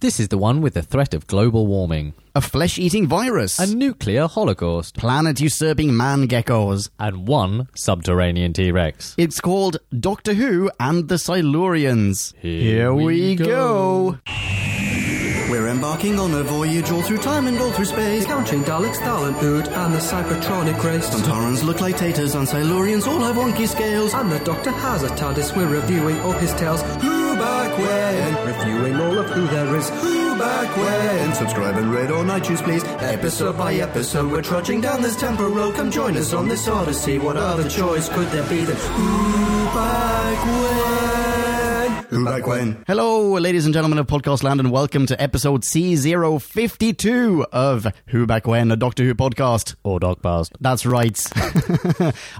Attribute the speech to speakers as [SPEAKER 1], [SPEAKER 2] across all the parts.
[SPEAKER 1] This is the one with the threat of global warming,
[SPEAKER 2] A flesh eating virus.
[SPEAKER 1] a nuclear holocaust,
[SPEAKER 2] planet usurping man geckos.
[SPEAKER 1] and one subterranean T Rex.
[SPEAKER 2] It's called Doctor Who and the Silurians. Here, we, go.
[SPEAKER 3] We're embarking on a voyage all through time and all through space.
[SPEAKER 4] Countering Daleks, Thalan, Ood, and the Cybertronic race.
[SPEAKER 3] Santarans look like taters and Silurians all have wonky scales.
[SPEAKER 4] And the Doctor has a TARDIS, we're reviewing all his tales.
[SPEAKER 3] Who back when?
[SPEAKER 4] Reviewing all of who there is.
[SPEAKER 3] Who back when? Subscribe and rate on iTunes, please. Episode by episode, we're trudging down this temporal. Come join us on this odyssey. What other choice could there be than Who back when? Who back when?
[SPEAKER 2] Hello, ladies and gentlemen of Podcast Land, and welcome to episode C052 of Who Back When, a Doctor Who podcast.
[SPEAKER 3] Oh.
[SPEAKER 1] Or dog bars.
[SPEAKER 2] That's right.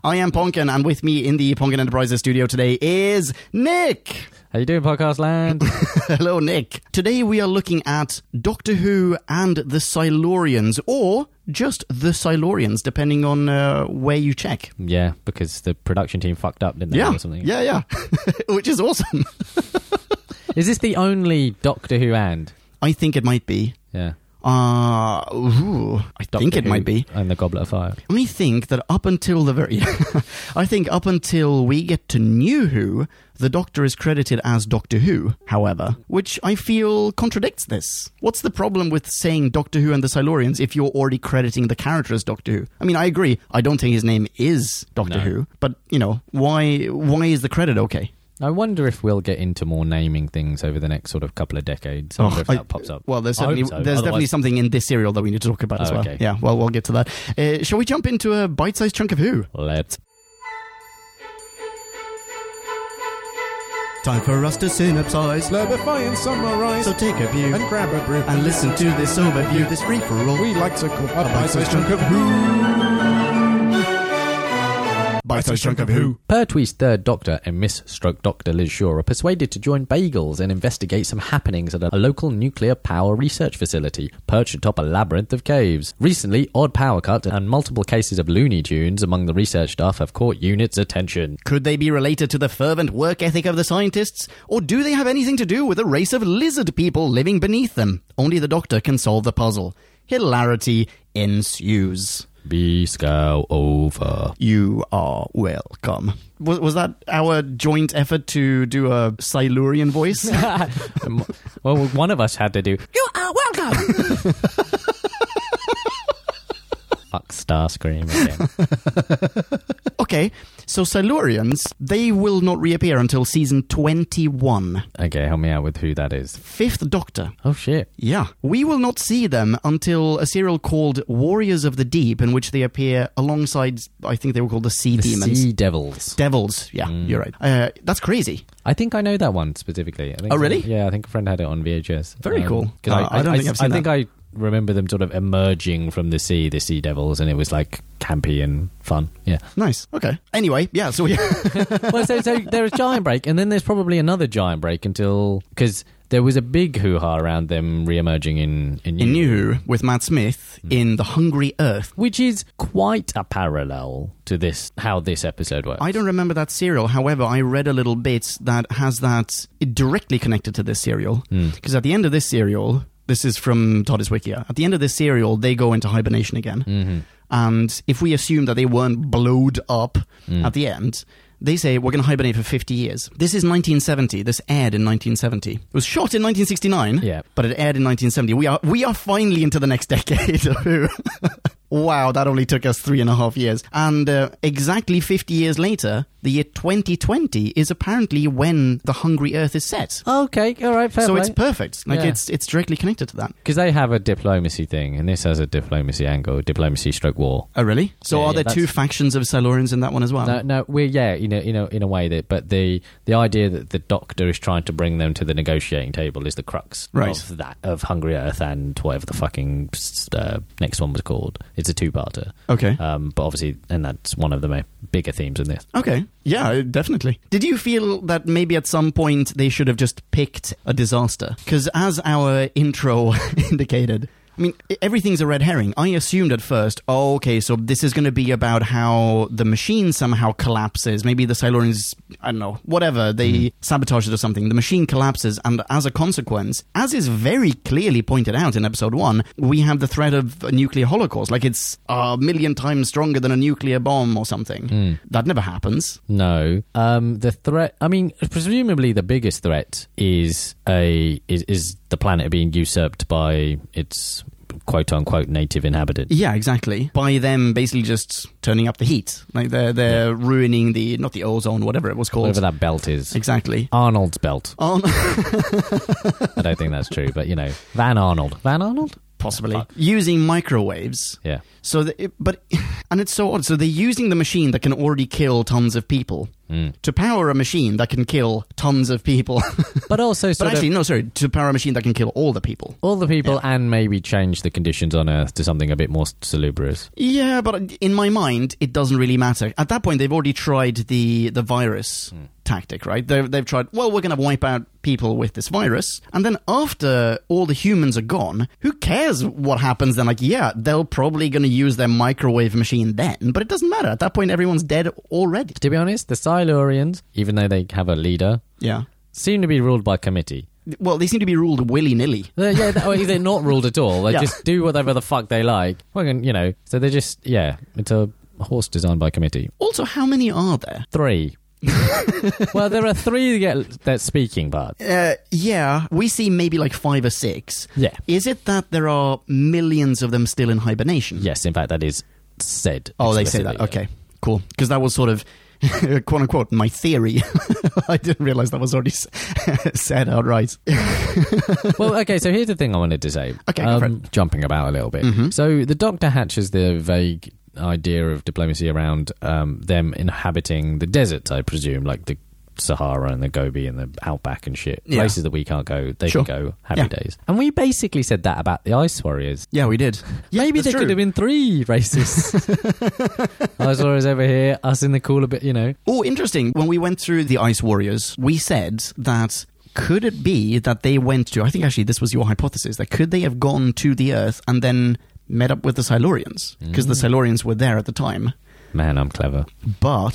[SPEAKER 2] I am Ponkin, and with me in the Ponkin Enterprises studio today is Nick.
[SPEAKER 1] How you doing, podcast land?
[SPEAKER 2] Hello, Nick. Today we are looking at Doctor Who and the Silurians, or just the Silurians, depending on uh, where you check.
[SPEAKER 1] yeah, because the production team fucked up, didn't they?
[SPEAKER 2] Yeah,
[SPEAKER 1] Or something.
[SPEAKER 2] yeah, yeah, which is awesome.
[SPEAKER 1] Is this the only Doctor Who and?
[SPEAKER 2] I think it might be.
[SPEAKER 1] Yeah.
[SPEAKER 2] Uh, ooh, I
[SPEAKER 1] Doctor
[SPEAKER 2] think it
[SPEAKER 1] Who
[SPEAKER 2] might be.
[SPEAKER 1] And the Goblet of Fire.
[SPEAKER 2] I think that up until the very, I think up until we get to New Who, the Doctor is credited as Doctor Who. However, which I feel contradicts this. What's the problem with saying Doctor Who and the Silurians if you're already crediting the character as Doctor Who? I mean, I agree. I don't think his name is Doctor
[SPEAKER 1] No.
[SPEAKER 2] Who, but you know, why? Why is the credit okay?
[SPEAKER 1] I wonder if we'll get into more naming things over the next sort of couple of decades. I wonder if
[SPEAKER 2] Oh, I-
[SPEAKER 1] that pops up.
[SPEAKER 2] Well, there's
[SPEAKER 1] Oh, I hope
[SPEAKER 2] certainly
[SPEAKER 1] so.
[SPEAKER 2] there's definitely
[SPEAKER 1] Otherwise-
[SPEAKER 2] something in this serial that we need to talk about as
[SPEAKER 1] Oh,
[SPEAKER 2] well.
[SPEAKER 1] okay.
[SPEAKER 2] Yeah, well, we'll get to that. Uh, shall we jump into a bite-sized chunk of Who?
[SPEAKER 1] Let's.
[SPEAKER 2] Time for us to synopsize.
[SPEAKER 5] Slurpify and summarize
[SPEAKER 2] So take a view.
[SPEAKER 5] and grab a brew
[SPEAKER 2] and listen to this overview, this free for all.
[SPEAKER 5] we like to call a bite-sized chunk of who. Bite-sized chunk of who.
[SPEAKER 1] Pertwee's third doctor and Miss Stroke Doctor Liz Shaw are persuaded to join Bagels and investigate some happenings at a local nuclear power research facility perched atop a labyrinth of caves. Recently, odd power cuts and multiple cases of Looney Tunes among the research staff have caught units' attention.
[SPEAKER 2] Could they be related to the fervent work ethic of the scientists? Or do they have anything to do with a race of lizard people living beneath them? Only the doctor can solve the puzzle. Hilarity ensues.
[SPEAKER 1] Be scow over.
[SPEAKER 2] You are welcome. Was, was that our joint effort to do a Silurian voice?
[SPEAKER 1] well, one of us had to do
[SPEAKER 2] you are welcome!
[SPEAKER 1] fuck Starscream again.
[SPEAKER 2] okay, so Silurians, they will not reappear until season 21.
[SPEAKER 1] okay, help me out with who that is.
[SPEAKER 2] Fifth Doctor.
[SPEAKER 1] Oh shit.
[SPEAKER 2] Yeah. We will not see them until a serial called Warriors of the Deep, in which they appear alongside, I think they were called the Sea
[SPEAKER 1] The
[SPEAKER 2] Demons.
[SPEAKER 1] Sea Mm. Devils.
[SPEAKER 2] Devils. Yeah, you're right. Uh, that's crazy.
[SPEAKER 1] I think I know that one specifically. I think
[SPEAKER 2] Oh, really?
[SPEAKER 1] Yeah, I think a friend had it on VHS.
[SPEAKER 2] Very cool.
[SPEAKER 1] Um, 'cause
[SPEAKER 2] Uh, I don't think I've seen
[SPEAKER 1] I think I remember them sort of emerging from the sea, the sea devils, and it was like campy and fun. Yeah.
[SPEAKER 2] Nice. Okay. Anyway, yeah, so yeah.
[SPEAKER 1] well, so, so there's giant break, and then there's probably another giant break until because there was a big hoo ha around them re-emerging in in,
[SPEAKER 2] in New Who with Matt Smith
[SPEAKER 1] Mm.
[SPEAKER 2] in The Hungry Earth.
[SPEAKER 1] which is quite a parallel to this how this episode works.
[SPEAKER 2] I don't remember that serial. However, I read a little bit that has that directly connected to this serial.
[SPEAKER 1] Mm.
[SPEAKER 2] Because at the end of this serial, this is from Todd's Wikia. At the end of this serial, they go into hibernation again.
[SPEAKER 1] Mm. Mm-hmm.
[SPEAKER 2] And if we assume that they weren't blowed up
[SPEAKER 1] Mm.
[SPEAKER 2] at the end, they say we're going to hibernate for 50 years. This is 1970. This aired in 1970. It was shot in 1969.
[SPEAKER 1] Yeah.
[SPEAKER 2] But it aired in 1970. We are we are finally into the next decade of Who. wow, that only took us three and a half years. And uh, exactly 50 years later, the year 2020 is apparently when The Hungry Earth is set.
[SPEAKER 1] Okay, all right, fair
[SPEAKER 2] so
[SPEAKER 1] play.
[SPEAKER 2] it's perfect. Like
[SPEAKER 1] Yeah.
[SPEAKER 2] it's it's directly connected to that.
[SPEAKER 1] because they have a diplomacy thing, and this has a diplomacy angle, diplomacy stroke war.
[SPEAKER 2] Oh, really? So
[SPEAKER 1] Yeah,
[SPEAKER 2] are
[SPEAKER 1] yeah,
[SPEAKER 2] there two
[SPEAKER 1] that's-
[SPEAKER 2] factions of Silurians in that one as well?
[SPEAKER 1] No, no, we're yeah, you know, you know, in a way that, but the the idea that the Doctor is trying to bring them to the negotiating table is the crux
[SPEAKER 2] Right.
[SPEAKER 1] of that of Hungry Earth and whatever the fucking uh, next one was called. It's a two-parter,
[SPEAKER 2] Okay.
[SPEAKER 1] um, but obviously, and that's one of the ma- bigger themes in this.
[SPEAKER 2] Okay. Yeah, definitely. Did you feel that maybe at some point they should have just picked a disaster? Because as our intro indicated, I mean, i- everything's a red herring. I assumed at first, oh, okay, so this is going to be about how the machine somehow collapses. Maybe the Cylorians, I don't know, whatever, they
[SPEAKER 1] Mm-hmm.
[SPEAKER 2] sabotage it or something. The machine collapses, and as a consequence, as is very clearly pointed out in episode one, we have the threat of a nuclear holocaust. Like it's a million times stronger than a nuclear bomb or something.
[SPEAKER 1] Hmm.
[SPEAKER 2] That never happens.
[SPEAKER 1] No. Um, the threat. I mean, presumably the biggest threat is a is, is the planet being usurped by its quote unquote native inhabitants.
[SPEAKER 2] Yeah, exactly. By them basically just turning up the heat. Like they're, they're ruining the, not the ozone, whatever it was called.
[SPEAKER 1] Whatever that belt is.
[SPEAKER 2] Exactly.
[SPEAKER 1] Arnold's belt.
[SPEAKER 2] On
[SPEAKER 1] I don't think that's true, but you know, Van Arnold. Van Arnold?
[SPEAKER 2] possibly
[SPEAKER 1] Fuck.
[SPEAKER 2] using microwaves.
[SPEAKER 1] Yeah.
[SPEAKER 2] So, that it, but and it's so odd. So they're using the machine that can already kill tons of people
[SPEAKER 1] Mm.
[SPEAKER 2] to power a machine that can kill tons of people.
[SPEAKER 1] But also,
[SPEAKER 2] but
[SPEAKER 1] sort
[SPEAKER 2] actually,
[SPEAKER 1] of,
[SPEAKER 2] no, sorry, to power a machine that can kill all the people.
[SPEAKER 1] all the people and maybe change the conditions on Earth to something a bit more salubrious.
[SPEAKER 2] Yeah, but in my mind, it doesn't really matter. At that point, they've already tried the the virus tactic, right? They've, they've tried. Well, we're going to wipe out people with this virus, and then after all the humans are gone, who cares what happens then? Like, yeah, they're probably going to use their microwave machine then, but it doesn't matter. At that point, everyone's dead already.
[SPEAKER 1] To be honest, the Silurians, even though they have a leader,
[SPEAKER 2] Yeah.
[SPEAKER 1] seem to be ruled by committee.
[SPEAKER 2] Well, they seem to be ruled willy nilly.
[SPEAKER 1] They're, yeah, they're, or they're not ruled at all. They
[SPEAKER 2] Yeah.
[SPEAKER 1] just do whatever the fuck they like. Fucking, you know, so they're just, yeah, it's a horse designed by committee.
[SPEAKER 2] Also, how many are there?
[SPEAKER 1] Three. well, there are three that get that speaking part.
[SPEAKER 2] Uh, yeah, we see maybe like five or six.
[SPEAKER 1] Yeah.
[SPEAKER 2] Is it that there are millions of them still in hibernation?
[SPEAKER 1] Yes, in fact, that is said.
[SPEAKER 2] Oh, they say that.
[SPEAKER 1] explicitly.
[SPEAKER 2] Okay, cool. Because that was sort of quote unquote my theory. I didn't realize that was already s- said outright.
[SPEAKER 1] well, okay, so here's the thing I wanted to say. Um,
[SPEAKER 2] Okay, go for it. Mm-hmm.
[SPEAKER 1] Jumping about a little bit. So the Doctor hatches the vague idea of diplomacy around um, them inhabiting the deserts, I presume, like the Sahara and the Gobi and the Outback and shit.
[SPEAKER 2] Yeah.
[SPEAKER 1] Places that we can't go, they
[SPEAKER 2] Sure.
[SPEAKER 1] can go happy
[SPEAKER 2] Yeah.
[SPEAKER 1] days. And we basically said that about the Ice Warriors.
[SPEAKER 2] Yeah, we did. Yeah,
[SPEAKER 1] Maybe
[SPEAKER 2] that's
[SPEAKER 1] there could
[SPEAKER 2] true.
[SPEAKER 1] have been three races. Ice Warriors over here, us in the cooler bit, you know.
[SPEAKER 2] Oh, interesting. When we went through the Ice Warriors, we said that could it be that they went to, I think actually this was your hypothesis, that could they have gone to the Earth and then met up with the Silurians? Because the
[SPEAKER 1] Mm.
[SPEAKER 2] Silurians were there at the time.
[SPEAKER 1] Man, I'm clever.
[SPEAKER 2] But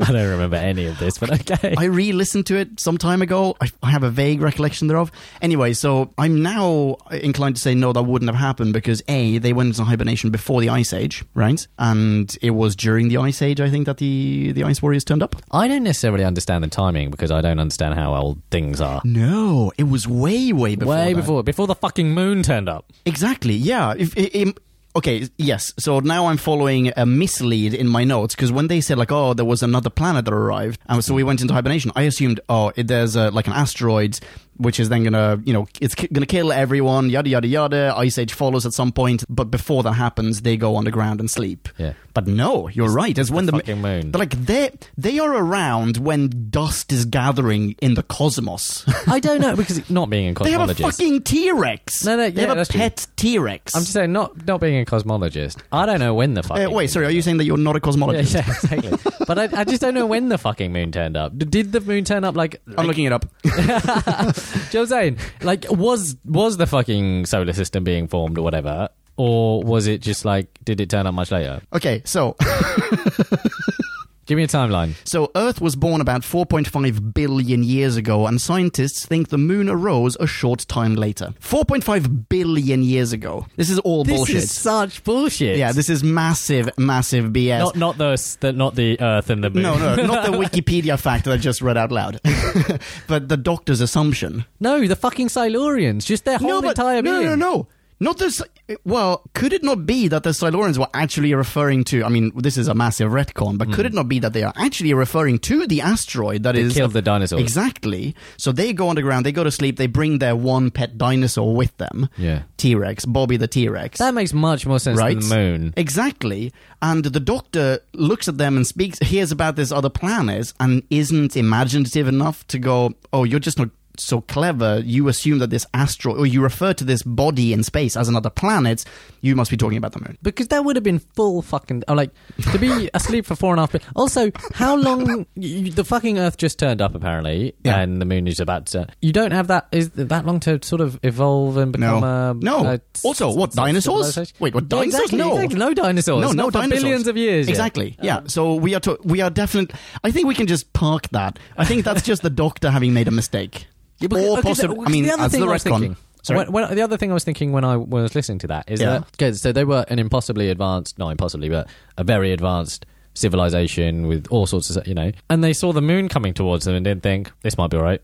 [SPEAKER 1] I don't remember any of this, but okay.
[SPEAKER 2] I re listened to it some time ago. I, I have a vague recollection thereof. Anyway, so I'm now inclined to say no, that wouldn't have happened because A, they went into hibernation before the Ice Age, right? And it was during the Ice Age, I think, that the, the Ice Warriors turned up.
[SPEAKER 1] I don't necessarily understand the timing because I don't understand how old things are.
[SPEAKER 2] No, it was way, way before.
[SPEAKER 1] Way
[SPEAKER 2] that.
[SPEAKER 1] before before the fucking moon turned up.
[SPEAKER 2] Exactly. Yeah. If, i im- okay. Yes. So now I'm following a mislead in my notes because when they said like, oh, there was another planet that arrived, and so we went into hibernation. I assumed, oh, it, there's a, like an asteroid, which is then gonna, you know, it's ki- gonna kill everyone. Yada yada yada. Ice age follows at some point, but before that happens, they go underground and sleep.
[SPEAKER 1] Yeah.
[SPEAKER 2] But no, you're right. It's when the,
[SPEAKER 1] fucking moon.
[SPEAKER 2] They're like they they are around when dust is gathering in the cosmos.
[SPEAKER 1] I don't know because not being a
[SPEAKER 2] they have a
[SPEAKER 1] cosmologist.
[SPEAKER 2] fucking T Rex.
[SPEAKER 1] No, no,
[SPEAKER 2] they
[SPEAKER 1] yeah,
[SPEAKER 2] have a
[SPEAKER 1] that's true.
[SPEAKER 2] pet T Rex.
[SPEAKER 1] I'm just saying not not being a cosmologist. I don't know when the fucking
[SPEAKER 2] Uh, wait,
[SPEAKER 1] moon-
[SPEAKER 2] sorry, are you saying that you're not a
[SPEAKER 1] Yeah,
[SPEAKER 2] cosmologist?
[SPEAKER 1] yeah, exactly. but I, I just don't know when the fucking moon turned up. D- Did the moon turn up like? like
[SPEAKER 2] I'm looking it up.
[SPEAKER 1] Do you know what I'm saying? Like, was was the fucking solar system being formed or whatever, or was it just like? Did it turn up much later?
[SPEAKER 2] Okay, so
[SPEAKER 1] Give me a timeline.
[SPEAKER 2] so Earth was born about 4.5 billion years ago, and scientists think the moon arose a short time later. 4.5 billion years ago. This is all bullshit.
[SPEAKER 1] This is such bullshit.
[SPEAKER 2] yeah, this is massive, massive BS.
[SPEAKER 1] not not the, s- the not the Earth and the moon.
[SPEAKER 2] no, no, not the Wikipedia fact that I just read out loud, but the doctor's assumption.
[SPEAKER 1] No, the fucking Silurians, just their whole
[SPEAKER 2] no, but,
[SPEAKER 1] entire
[SPEAKER 2] no,
[SPEAKER 1] being.
[SPEAKER 2] no, no. Not this. Well, could it not be that the Silurians were actually referring to? I mean, this is a massive retcon, but could it not be that they are actually referring to the asteroid that is
[SPEAKER 1] Hmm. killed the dinosaurs.
[SPEAKER 2] Exactly. So they go underground, they go to sleep, they bring their one pet dinosaur with them.
[SPEAKER 1] Yeah.
[SPEAKER 2] T Rex, Bobby the T Rex.
[SPEAKER 1] That makes much more sense
[SPEAKER 2] Right?
[SPEAKER 1] than the moon.
[SPEAKER 2] Exactly. And the doctor looks at them and speaks, hears about this other planet, and isn't imaginative enough to go, oh, you're just not so clever, you assume that this asteroid, or you refer to this body in space as another planet, you must be talking about the moon.
[SPEAKER 1] Because that would have been full fucking. Oh, like to be asleep for four and a half. But also, how long you, the fucking Earth just turned up apparently,
[SPEAKER 2] Yeah.
[SPEAKER 1] and the Moon is about to. You don't have that is it that long to sort of evolve and become
[SPEAKER 2] No.
[SPEAKER 1] a
[SPEAKER 2] No.
[SPEAKER 1] a-
[SPEAKER 2] Also, what, dinosaurs?
[SPEAKER 1] civilization?
[SPEAKER 2] Wait, what, dinosaurs?
[SPEAKER 1] Exactly,
[SPEAKER 2] No.
[SPEAKER 1] exactly. no dinosaurs.
[SPEAKER 2] No, no
[SPEAKER 1] Not for
[SPEAKER 2] dinosaurs.
[SPEAKER 1] Billions of years. yet. Uh-huh.
[SPEAKER 2] Exactly. Yeah. So we are to- we are definitely. I think we can just park that. I think that's just the doctor having made a mistake.
[SPEAKER 1] Yeah, because-
[SPEAKER 2] or
[SPEAKER 1] okay, so-
[SPEAKER 2] possibly. I
[SPEAKER 1] because
[SPEAKER 2] mean,
[SPEAKER 1] other
[SPEAKER 2] as the
[SPEAKER 1] thing I was
[SPEAKER 2] retcon.
[SPEAKER 1] thinking-
[SPEAKER 2] Sorry.
[SPEAKER 1] When, when- the other thing I was thinking when I was listening to that is
[SPEAKER 2] Yeah.
[SPEAKER 1] that okay, so they were an impossibly advanced, not impossibly, but a very advanced civilization with all sorts of you know, and they saw the moon coming towards them and didn't think this might be all right.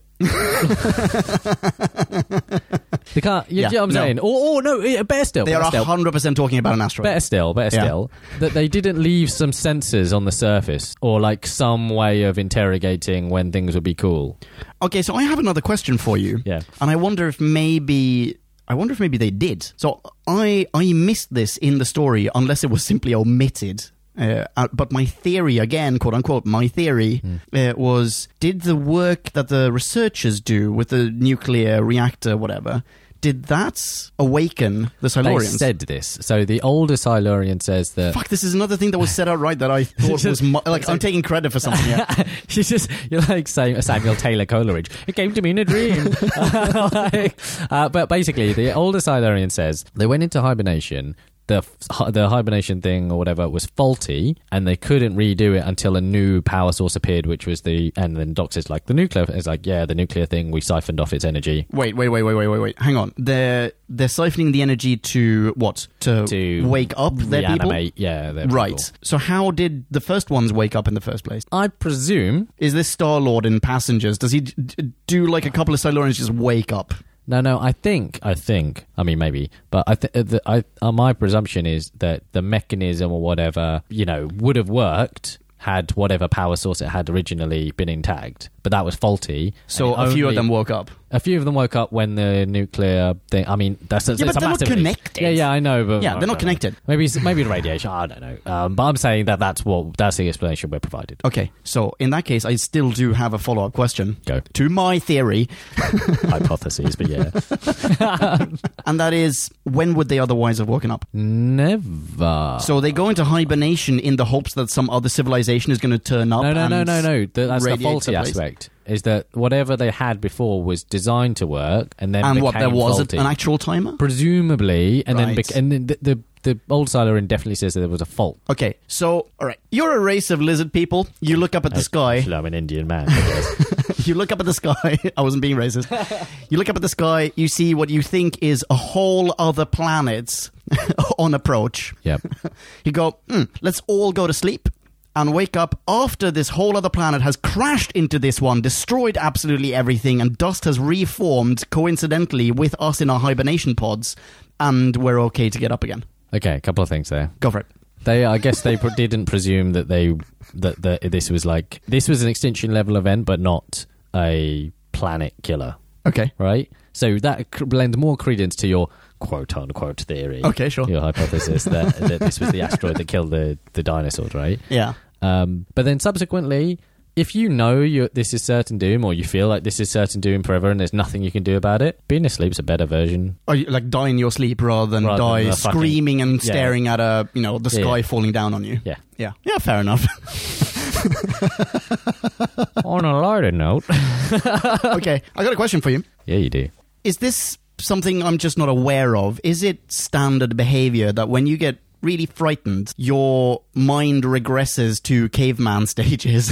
[SPEAKER 1] they can't. You,
[SPEAKER 2] Yeah,
[SPEAKER 1] you know what I'm
[SPEAKER 2] no.
[SPEAKER 1] saying? Or, or no, eh, better still,
[SPEAKER 2] they
[SPEAKER 1] better
[SPEAKER 2] are
[SPEAKER 1] still,
[SPEAKER 2] hundred percent talking about an asteroid.
[SPEAKER 1] better still, better
[SPEAKER 2] Yeah.
[SPEAKER 1] still, that they didn't leave some sensors on the surface or like some way of interrogating when things would be cool.
[SPEAKER 2] Okay, so I have another question for you.
[SPEAKER 1] Yeah.
[SPEAKER 2] And I wonder if maybe I wonder if maybe they did. So I I missed this in the story unless it was simply omitted. Uh, uh, but my theory, again, quote unquote, my theory
[SPEAKER 1] Hmm.
[SPEAKER 2] uh, was: did the work that the researchers do with the nuclear reactor, whatever, did that awaken
[SPEAKER 1] They
[SPEAKER 2] the Silurians?
[SPEAKER 1] said this. So the older Silurian says that
[SPEAKER 2] Fuck! This is another thing that was said outright that I thought was mu- like I'm taking credit for something. here.
[SPEAKER 1] She's just you're like Sam- Samuel Taylor Coleridge. It came to me in a dream. Like, uh, but basically, the older Silurian says they went into hibernation. The, f- the hibernation thing or whatever was faulty and they couldn't redo it until a new power source appeared which was the and then Doc is like the nuclear is like yeah the nuclear thing we siphoned off its energy
[SPEAKER 2] Wait, wait, wait, wait, wait, wait, wait. Hang on. They're they're siphoning the energy to what? To,
[SPEAKER 1] To
[SPEAKER 2] wake up their
[SPEAKER 1] reanimate yeah their
[SPEAKER 2] people. Right.
[SPEAKER 1] people.
[SPEAKER 2] So how did the first ones wake up in the first place?
[SPEAKER 1] I presume
[SPEAKER 2] Is this Star Lord in Passengers? Does he d- d- do like a couple of Silurians just wake up?
[SPEAKER 1] No, no. I think, I think. I mean, maybe, but I think the I uh, my presumption is that the mechanism or whatever you know would have worked had whatever power source it had originally been intact, but that was faulty. and
[SPEAKER 2] So
[SPEAKER 1] it
[SPEAKER 2] a few of
[SPEAKER 1] only-
[SPEAKER 2] them woke up.
[SPEAKER 1] A few of them woke up when the nuclear thing. I mean, that's a,
[SPEAKER 2] Yeah,
[SPEAKER 1] it's
[SPEAKER 2] but
[SPEAKER 1] a
[SPEAKER 2] they're not
[SPEAKER 1] massive issue.
[SPEAKER 2] connected.
[SPEAKER 1] Yeah, yeah, I know, but
[SPEAKER 2] Yeah, they're not connected.
[SPEAKER 1] Maybe it's, maybe the radiation. I don't know. Um, but I'm saying that that's what that's the explanation we're provided.
[SPEAKER 2] Okay. So in that case, I still do have a follow up question
[SPEAKER 1] Go
[SPEAKER 2] to my theory,
[SPEAKER 1] hypotheses, but yeah,
[SPEAKER 2] and that is when would they otherwise have woken up?
[SPEAKER 1] never.
[SPEAKER 2] So they go into hibernation in the hopes that some other civilization is going to turn up.
[SPEAKER 1] No, no, no,
[SPEAKER 2] and-
[SPEAKER 1] no, no. Th- that's the
[SPEAKER 2] radiates
[SPEAKER 1] faulty
[SPEAKER 2] the place.
[SPEAKER 1] aspect. Is that whatever they had before was designed to work, and then
[SPEAKER 2] And what there
[SPEAKER 1] became
[SPEAKER 2] was a-
[SPEAKER 1] faulty.
[SPEAKER 2] an actual timer.
[SPEAKER 1] presumably, and then
[SPEAKER 2] Right.
[SPEAKER 1] bec- and then the, the the old Silurian definitely says that there was a fault.
[SPEAKER 2] Okay, so all right, you're a race of lizard people. You look up at the sky.
[SPEAKER 1] Actually, I'm an Indian man. I guess.
[SPEAKER 2] You look up at the sky. I wasn't being racist. You look up at the sky. You see what you think is a whole other planet on approach.
[SPEAKER 1] yep.
[SPEAKER 2] You go, hmm, let's all go to sleep and wake up after this whole other planet has crashed into this one, destroyed absolutely everything, and dust has reformed coincidentally with us in our hibernation pods, and we're okay to get up again.
[SPEAKER 1] Okay, a couple of things there.
[SPEAKER 2] Go for it.
[SPEAKER 1] They, I guess, they pre- didn't presume that they that, that this was like this was an extinction level event, but not a planet killer,
[SPEAKER 2] Okay.
[SPEAKER 1] right? So that c- lends more credence to your quote unquote theory.
[SPEAKER 2] Okay, sure.
[SPEAKER 1] your hypothesis that, that this was the asteroid that killed the, the dinosaurs, right?
[SPEAKER 2] Yeah.
[SPEAKER 1] Um, but then subsequently, if you know you this is certain doom or you feel like this is certain doom forever and there's nothing you can do about it, being asleep's a better version.
[SPEAKER 2] Or you, like die in your sleep rather than
[SPEAKER 1] Rather
[SPEAKER 2] die
[SPEAKER 1] than a fucking-
[SPEAKER 2] screaming and
[SPEAKER 1] Yeah.
[SPEAKER 2] staring at a you know the
[SPEAKER 1] Yeah,
[SPEAKER 2] sky
[SPEAKER 1] yeah.
[SPEAKER 2] falling down on you.
[SPEAKER 1] Yeah.
[SPEAKER 2] Yeah, yeah, fair enough.
[SPEAKER 1] On a lighter note.
[SPEAKER 2] okay, I got a question for you.
[SPEAKER 1] yeah, you do.
[SPEAKER 2] Is this something I'm just not aware of? Is it standard behavior that when you get really frightened, your mind regresses to caveman stages?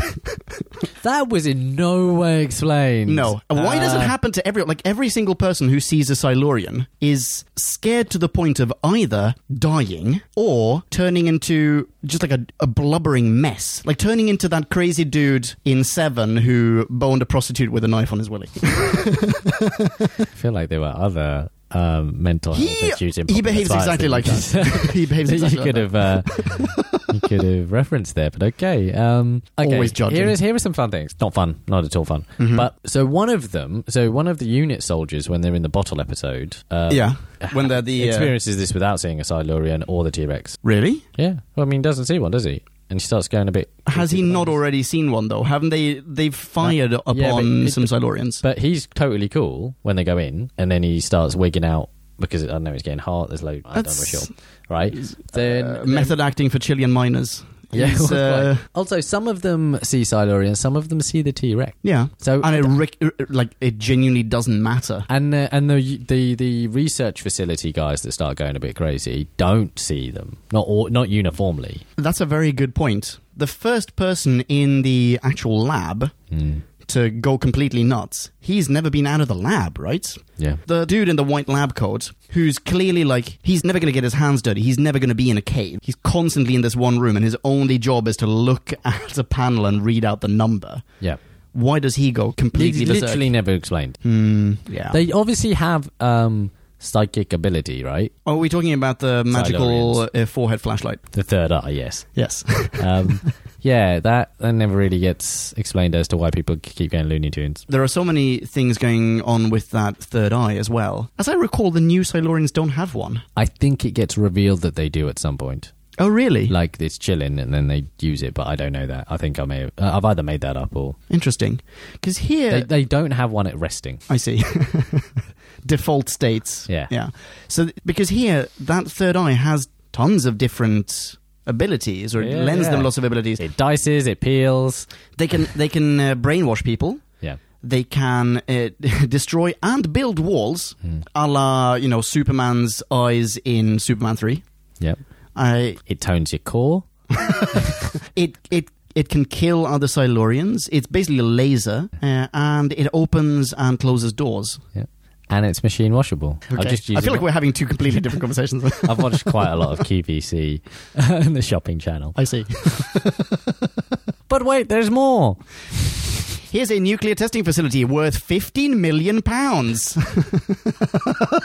[SPEAKER 1] That was in no way explained.
[SPEAKER 2] no. Why does
[SPEAKER 1] Uh,
[SPEAKER 2] it happen to everyone? Like every single person who sees a Silurian is scared to the point of either dying or turning into just like a, a blubbering mess. Like turning into that crazy dude in Seven who boned a prostitute with a knife on his willy.
[SPEAKER 1] I feel like there were other um, mental
[SPEAKER 2] he,
[SPEAKER 1] health issues in
[SPEAKER 2] he behaves
[SPEAKER 1] Popper's
[SPEAKER 2] exactly like
[SPEAKER 1] Bias
[SPEAKER 2] this. he behaves
[SPEAKER 1] that
[SPEAKER 2] exactly
[SPEAKER 1] you could
[SPEAKER 2] like
[SPEAKER 1] have uh, you could have referenced there, but okay. Um, okay.
[SPEAKER 2] Always judging. Mm-hmm.
[SPEAKER 1] Here is here are some fun things. Not fun, not at all fun. But so one of them, so one of the unit soldiers when they're in the bottle episode, uh,
[SPEAKER 2] that. Yeah. When they're the. Uh,
[SPEAKER 1] experiences this without seeing a Silurian or the T Rex.
[SPEAKER 2] really?
[SPEAKER 1] Yeah, well, I mean, doesn't see one, does he? and he starts going a bit.
[SPEAKER 2] Has he
[SPEAKER 1] creepy
[SPEAKER 2] not
[SPEAKER 1] about it.
[SPEAKER 2] already seen one though? Haven't they? They've fired upon
[SPEAKER 1] but it-
[SPEAKER 2] some Silurians.
[SPEAKER 1] But he's totally cool when they go in, and then he starts wigging out because I don't know he's getting hot. There's loads. I don't know
[SPEAKER 2] That's-
[SPEAKER 1] sure. Right then,
[SPEAKER 2] Uh,
[SPEAKER 1] then-
[SPEAKER 2] method acting for Chilean miners.
[SPEAKER 1] Yeah.
[SPEAKER 2] It's, uh,
[SPEAKER 1] quite. also, some of them see Silurians, some of them see the T Rex.
[SPEAKER 2] yeah.
[SPEAKER 1] So
[SPEAKER 2] And it re- like it genuinely doesn't matter.
[SPEAKER 1] And the, and the the the research facility guys that start going a bit crazy don't see them, not all, not uniformly.
[SPEAKER 2] That's a very good point. The first person in the actual lab
[SPEAKER 1] Mm,
[SPEAKER 2] to go completely nuts, he's never been out of the lab, right?
[SPEAKER 1] Yeah,
[SPEAKER 2] The dude in the white lab coat, who's clearly like, he's never going to get his hands dirty. He's never going to be in a cave. He's constantly in this one room, and his only job is to look at a panel and read out the number.
[SPEAKER 1] yeah.
[SPEAKER 2] Why does he go completely
[SPEAKER 1] It's
[SPEAKER 2] berserk?
[SPEAKER 1] literally never explained.
[SPEAKER 2] Hmm, yeah.
[SPEAKER 1] They obviously have um, psychic ability, right?
[SPEAKER 2] Oh, Are we talking about the magical
[SPEAKER 1] Silurians.
[SPEAKER 2] uh, forehead flashlight?
[SPEAKER 1] The third eye, yes.
[SPEAKER 2] Yes.
[SPEAKER 1] Um, yeah, that that never really gets explained as to why people keep going Looney Tunes.
[SPEAKER 2] there are so many things going on with that third eye as well. As I recall, the new Silurians don't have one.
[SPEAKER 1] I think it gets revealed that they do at some point.
[SPEAKER 2] Oh, really?
[SPEAKER 1] Like it's chilling, and then they use it, but I don't know that. I think I may have, uh, I've either made that up or
[SPEAKER 2] Interesting. Because here.
[SPEAKER 1] they, they don't have one at resting.
[SPEAKER 2] I see. Default states.
[SPEAKER 1] Yeah.
[SPEAKER 2] Yeah. So, th- because here, that third eye has tons of different abilities or it
[SPEAKER 1] Yeah,
[SPEAKER 2] lends them
[SPEAKER 1] yeah.
[SPEAKER 2] lots of abilities.
[SPEAKER 1] It dices, it peels.
[SPEAKER 2] They can, they can uh, brainwash people.
[SPEAKER 1] Yeah.
[SPEAKER 2] They can uh, destroy and build walls,
[SPEAKER 1] Hmm.
[SPEAKER 2] a la, you know, Superman's eyes in Superman 3.
[SPEAKER 1] Yep.
[SPEAKER 2] I,
[SPEAKER 1] It tones your core.
[SPEAKER 2] it it it can kill other Silurians. It's basically a laser, uh, and it opens and closes doors.
[SPEAKER 1] Yep. And it's machine washable. I've
[SPEAKER 2] Okay.
[SPEAKER 1] just
[SPEAKER 2] I
[SPEAKER 1] used
[SPEAKER 2] feel like we're having two completely different conversations.
[SPEAKER 1] I've watched quite a lot of QVC and the shopping channel.
[SPEAKER 2] I see.
[SPEAKER 1] But wait, there's more.
[SPEAKER 2] Here's a nuclear testing facility worth 15 million pounds.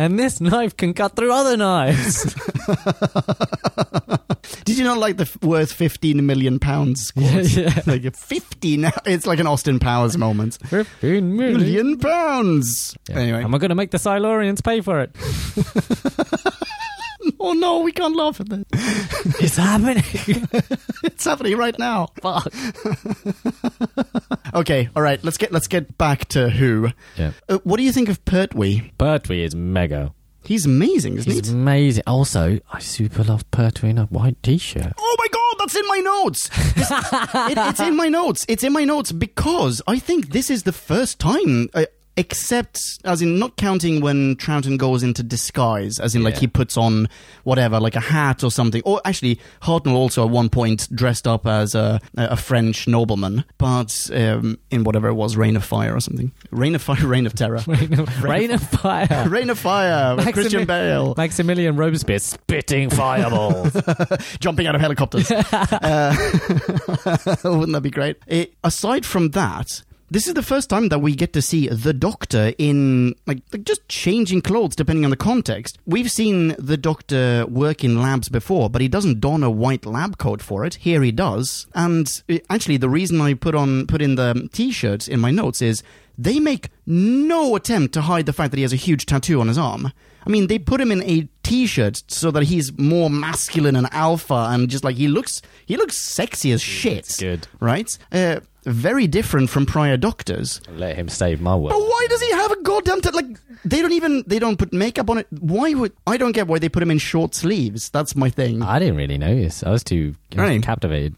[SPEAKER 1] And this knife can cut through other knives.
[SPEAKER 2] Did you not like the f- worth 15 million pounds? quote?
[SPEAKER 1] yeah.
[SPEAKER 2] Like 15. It's like an Austin Powers moment.
[SPEAKER 1] 15 million.
[SPEAKER 2] Million pounds.
[SPEAKER 1] Yeah.
[SPEAKER 2] Anyway.
[SPEAKER 1] Am I going to make the Silurians pay for it?
[SPEAKER 2] oh no, we can't laugh at that.
[SPEAKER 1] It's happening.
[SPEAKER 2] It's happening right now.
[SPEAKER 1] Fuck.
[SPEAKER 2] Okay, all right. Let's get let's get back to who.
[SPEAKER 1] Yeah.
[SPEAKER 2] Uh, what do you think of Pertwee?
[SPEAKER 1] Pertwee is mega.
[SPEAKER 2] He's amazing, isn't he?
[SPEAKER 1] He's amazing. Also, I super love Pertwee in a white t-shirt.
[SPEAKER 2] Oh my god, that's in my notes. This- it- it's in my notes. It's in my notes because I think this is the first time, uh, except as in not counting when Troughton goes into disguise, as in like
[SPEAKER 1] Yeah.
[SPEAKER 2] he puts on whatever, like a hat or something. Or actually, Hartnell also at one point dressed up as a, a French nobleman, but um, in whatever it was, Rain of Fire or something. Rain of Fire, Rain of Terror.
[SPEAKER 1] Rain of fire.
[SPEAKER 2] Rain of Fire, with
[SPEAKER 1] Maximi-
[SPEAKER 2] Christian Bale.
[SPEAKER 1] Maximilian Robespierre spitting fireballs.
[SPEAKER 2] jumping out of helicopters. uh, wouldn't that be great? It, aside from that, this is the first time that we get to see the Doctor in like, like just changing clothes depending on the context. We've seen the Doctor work in labs before, but he doesn't don a white lab coat for it. Here he does, and uh, actually, the reason I put on put in the T-shirts in my notes is they make no attempt to hide the fact that he has a huge tattoo on his arm. I mean, they put him in a t-shirt so that he's more masculine and alpha and just like he looks he looks sexy as shit.
[SPEAKER 1] good.
[SPEAKER 2] Right? Uh, very different from prior doctors.
[SPEAKER 1] Let him save my
[SPEAKER 2] But
[SPEAKER 1] world.
[SPEAKER 2] why does he have a goddamn tat like they don't even they don't put makeup on it. Why would I don't get why they put him in short sleeves. That's my thing.
[SPEAKER 1] I didn't really notice. I was too I was
[SPEAKER 2] Right.
[SPEAKER 1] captivated.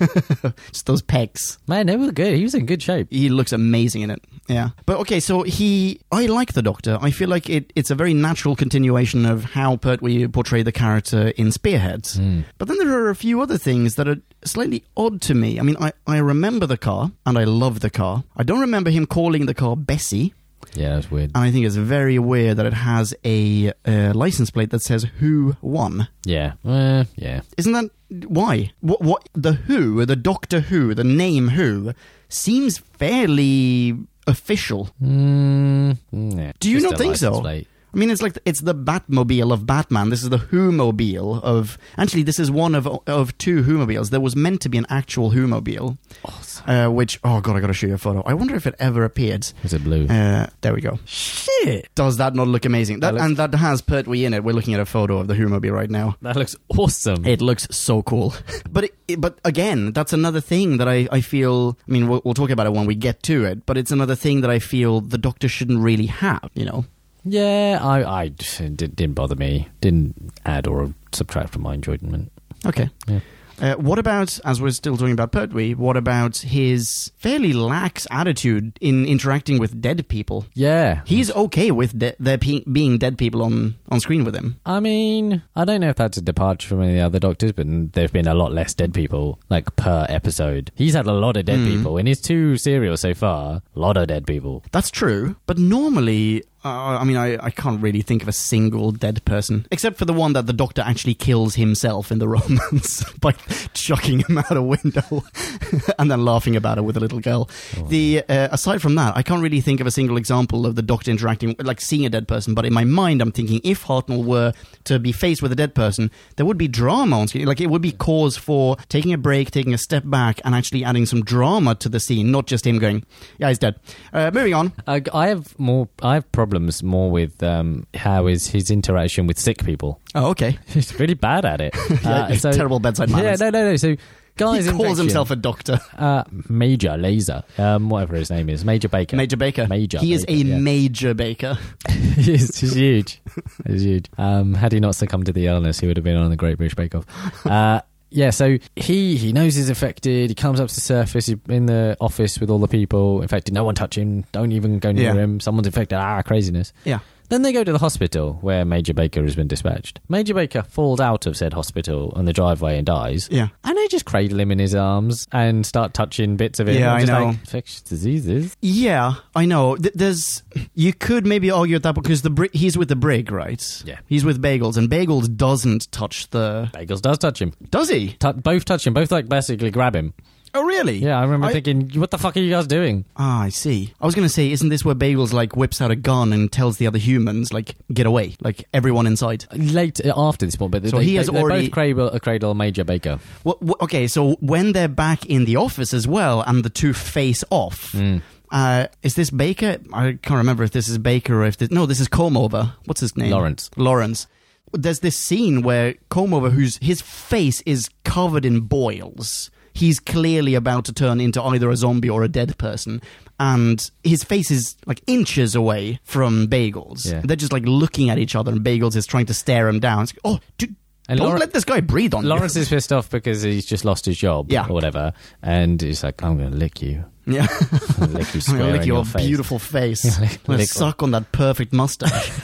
[SPEAKER 2] Just those pecs.
[SPEAKER 1] Man, they were good. He was in good shape.
[SPEAKER 2] he looks amazing in it. Yeah. But okay, so he I like the Doctor. I feel like it, it's a very natural continuation of how Pertwee portrayed the character in Spearheads. But then there are a few other things that are slightly odd to me. I mean, I, I remember the car and I love the car. I don't remember him calling the car Bessie,
[SPEAKER 1] Yeah, that was weird.
[SPEAKER 2] and I think it's very weird that it has a uh, license plate that says who won.
[SPEAKER 1] Yeah. Uh, yeah.
[SPEAKER 2] Isn't that why? What what the who, the Doctor Who, the name who seems fairly official
[SPEAKER 1] Mm, yeah.
[SPEAKER 2] Do you
[SPEAKER 1] Just
[SPEAKER 2] not
[SPEAKER 1] Mm, a
[SPEAKER 2] think
[SPEAKER 1] license
[SPEAKER 2] so?
[SPEAKER 1] plate.
[SPEAKER 2] I mean, it's like it's the Batmobile of Batman. This is the Whomobile of. Actually, this is one of of two Whomobiles. There was meant to be an actual Whomobile,
[SPEAKER 1] Awesome.
[SPEAKER 2] uh, which oh god, I gotta show you a photo. I wonder if it ever appeared.
[SPEAKER 1] Is it blue?
[SPEAKER 2] Uh, there we go. Shit, does that not look amazing? That,
[SPEAKER 1] That looks-
[SPEAKER 2] and that has Pertwee in it. We're looking at a photo of the Whomobile right now.
[SPEAKER 1] that looks awesome.
[SPEAKER 2] It looks so cool. But it, it- but again, that's another thing that I, I feel. I mean, we'll, we'll talk about it when we get to it. But it's another thing that I feel the Doctor shouldn't really have. You know.
[SPEAKER 1] yeah, I, I it did, didn't bother me. Didn't add or subtract from my enjoyment.
[SPEAKER 2] Okay.
[SPEAKER 1] Yeah.
[SPEAKER 2] Uh, what about, as we're still talking about Pertwee, what about his fairly lax attitude in interacting with dead people?
[SPEAKER 1] Yeah.
[SPEAKER 2] He's okay with de- there pe- being dead people on, on screen with him.
[SPEAKER 1] I mean, I don't know if that's a departure from any of the other doctors, but there have been a lot less dead people, like per episode. He's had a lot of dead
[SPEAKER 2] Hmm.
[SPEAKER 1] people in his two serials so far. A lot of dead people.
[SPEAKER 2] That's true, but normally, uh, I mean, I, I can't really think of a single dead person, except for the one that the doctor actually kills himself in the romance by chucking him out a window and then laughing about it with a little girl. The uh, aside from that, I can't really think of a single example of the doctor interacting, like seeing a dead person. But in my mind, I'm thinking if Hartnell were to be faced with a dead person, there would be drama on screen. Like it would be cause for taking a break, taking a step back, and actually adding some drama to the scene, not just him going, "Yeah, he's dead." Uh, moving on.
[SPEAKER 1] I, I have more. I have problems more with um, how is his interaction with sick people.
[SPEAKER 2] Oh, okay.
[SPEAKER 1] He's really bad at it.
[SPEAKER 2] Yeah,
[SPEAKER 1] Uh, so-
[SPEAKER 2] terrible bedside
[SPEAKER 1] Yeah,
[SPEAKER 2] manners.
[SPEAKER 1] no, no, no. So, guys,
[SPEAKER 2] he calls
[SPEAKER 1] infection,
[SPEAKER 2] himself a doctor,
[SPEAKER 1] uh, Major Laser, um, whatever his name is, Major Baker.
[SPEAKER 2] Major Baker.
[SPEAKER 1] Major
[SPEAKER 2] He is
[SPEAKER 1] Baker,
[SPEAKER 2] a
[SPEAKER 1] yeah.
[SPEAKER 2] major baker.
[SPEAKER 1] he's, he's huge. He's huge. Um, had he not succumbed to the illness, he would have been on the Great British Bake Off. Uh, yeah, so he he knows he's affected. He comes up to the surface he's in the office with all the people infected. No one touch him. Don't even go near
[SPEAKER 2] Yeah.
[SPEAKER 1] him. Someone's infected. Ah, craziness.
[SPEAKER 2] Yeah.
[SPEAKER 1] Then they go to the hospital where Major Baker has been dispatched. Major Baker falls out of said hospital on the driveway and dies.
[SPEAKER 2] Yeah.
[SPEAKER 1] And they just cradle him in his arms and start touching bits of him.
[SPEAKER 2] Yeah,
[SPEAKER 1] I'm
[SPEAKER 2] I
[SPEAKER 1] just
[SPEAKER 2] know.
[SPEAKER 1] Like, infectious diseases.
[SPEAKER 2] Yeah, I know. Th- there's you could maybe argue at that because the Bri- he's with the brig, right?
[SPEAKER 1] Yeah.
[SPEAKER 2] he's with Bagels, and Bagels doesn't touch the.
[SPEAKER 1] Bagels does touch him.
[SPEAKER 2] Does he?
[SPEAKER 1] Tou- both touch him. Both like basically grab him.
[SPEAKER 2] Oh, really?
[SPEAKER 1] Yeah, I remember
[SPEAKER 2] I-
[SPEAKER 1] thinking, what the fuck are you guys doing?
[SPEAKER 2] Ah, I see. I was gonna say, isn't this where Bagels like whips out a gun and tells the other humans like get away, like everyone inside?
[SPEAKER 1] Later uh, after this point, but
[SPEAKER 2] So
[SPEAKER 1] they,
[SPEAKER 2] he
[SPEAKER 1] they-
[SPEAKER 2] has
[SPEAKER 1] they
[SPEAKER 2] already-
[SPEAKER 1] both cradle, uh, cradle Major Baker.
[SPEAKER 2] Well, w- okay, so when they're back in the office as well, and the two face off.
[SPEAKER 1] Mm.
[SPEAKER 2] Uh, is this Baker? I can't remember if this is Baker or if this. No, this is Comover. What's his name?
[SPEAKER 1] Lawrence.
[SPEAKER 2] Lawrence. There's this scene where Comover, who's his face is covered in boils. He's clearly about to turn into either a zombie or a dead person, and his face is like inches away from Bagels.
[SPEAKER 1] Yeah.
[SPEAKER 2] They're just like looking at each other, and Bagels is trying to stare him down. It's like, oh, dude,
[SPEAKER 1] And
[SPEAKER 2] don't
[SPEAKER 1] Laura-
[SPEAKER 2] let this guy breathe on
[SPEAKER 1] Lawrence is pissed off because he's just lost his job
[SPEAKER 2] Yeah.
[SPEAKER 1] or whatever, and he's like, "I'm going to lick you,
[SPEAKER 2] you. Yeah.
[SPEAKER 1] I'm gonna lick you
[SPEAKER 2] I'm
[SPEAKER 1] square
[SPEAKER 2] gonna lick
[SPEAKER 1] in
[SPEAKER 2] your,
[SPEAKER 1] your face."
[SPEAKER 2] beautiful face.
[SPEAKER 1] Yeah, lick-
[SPEAKER 2] I'm gonna
[SPEAKER 1] lick-
[SPEAKER 2] suck on that perfect mustache.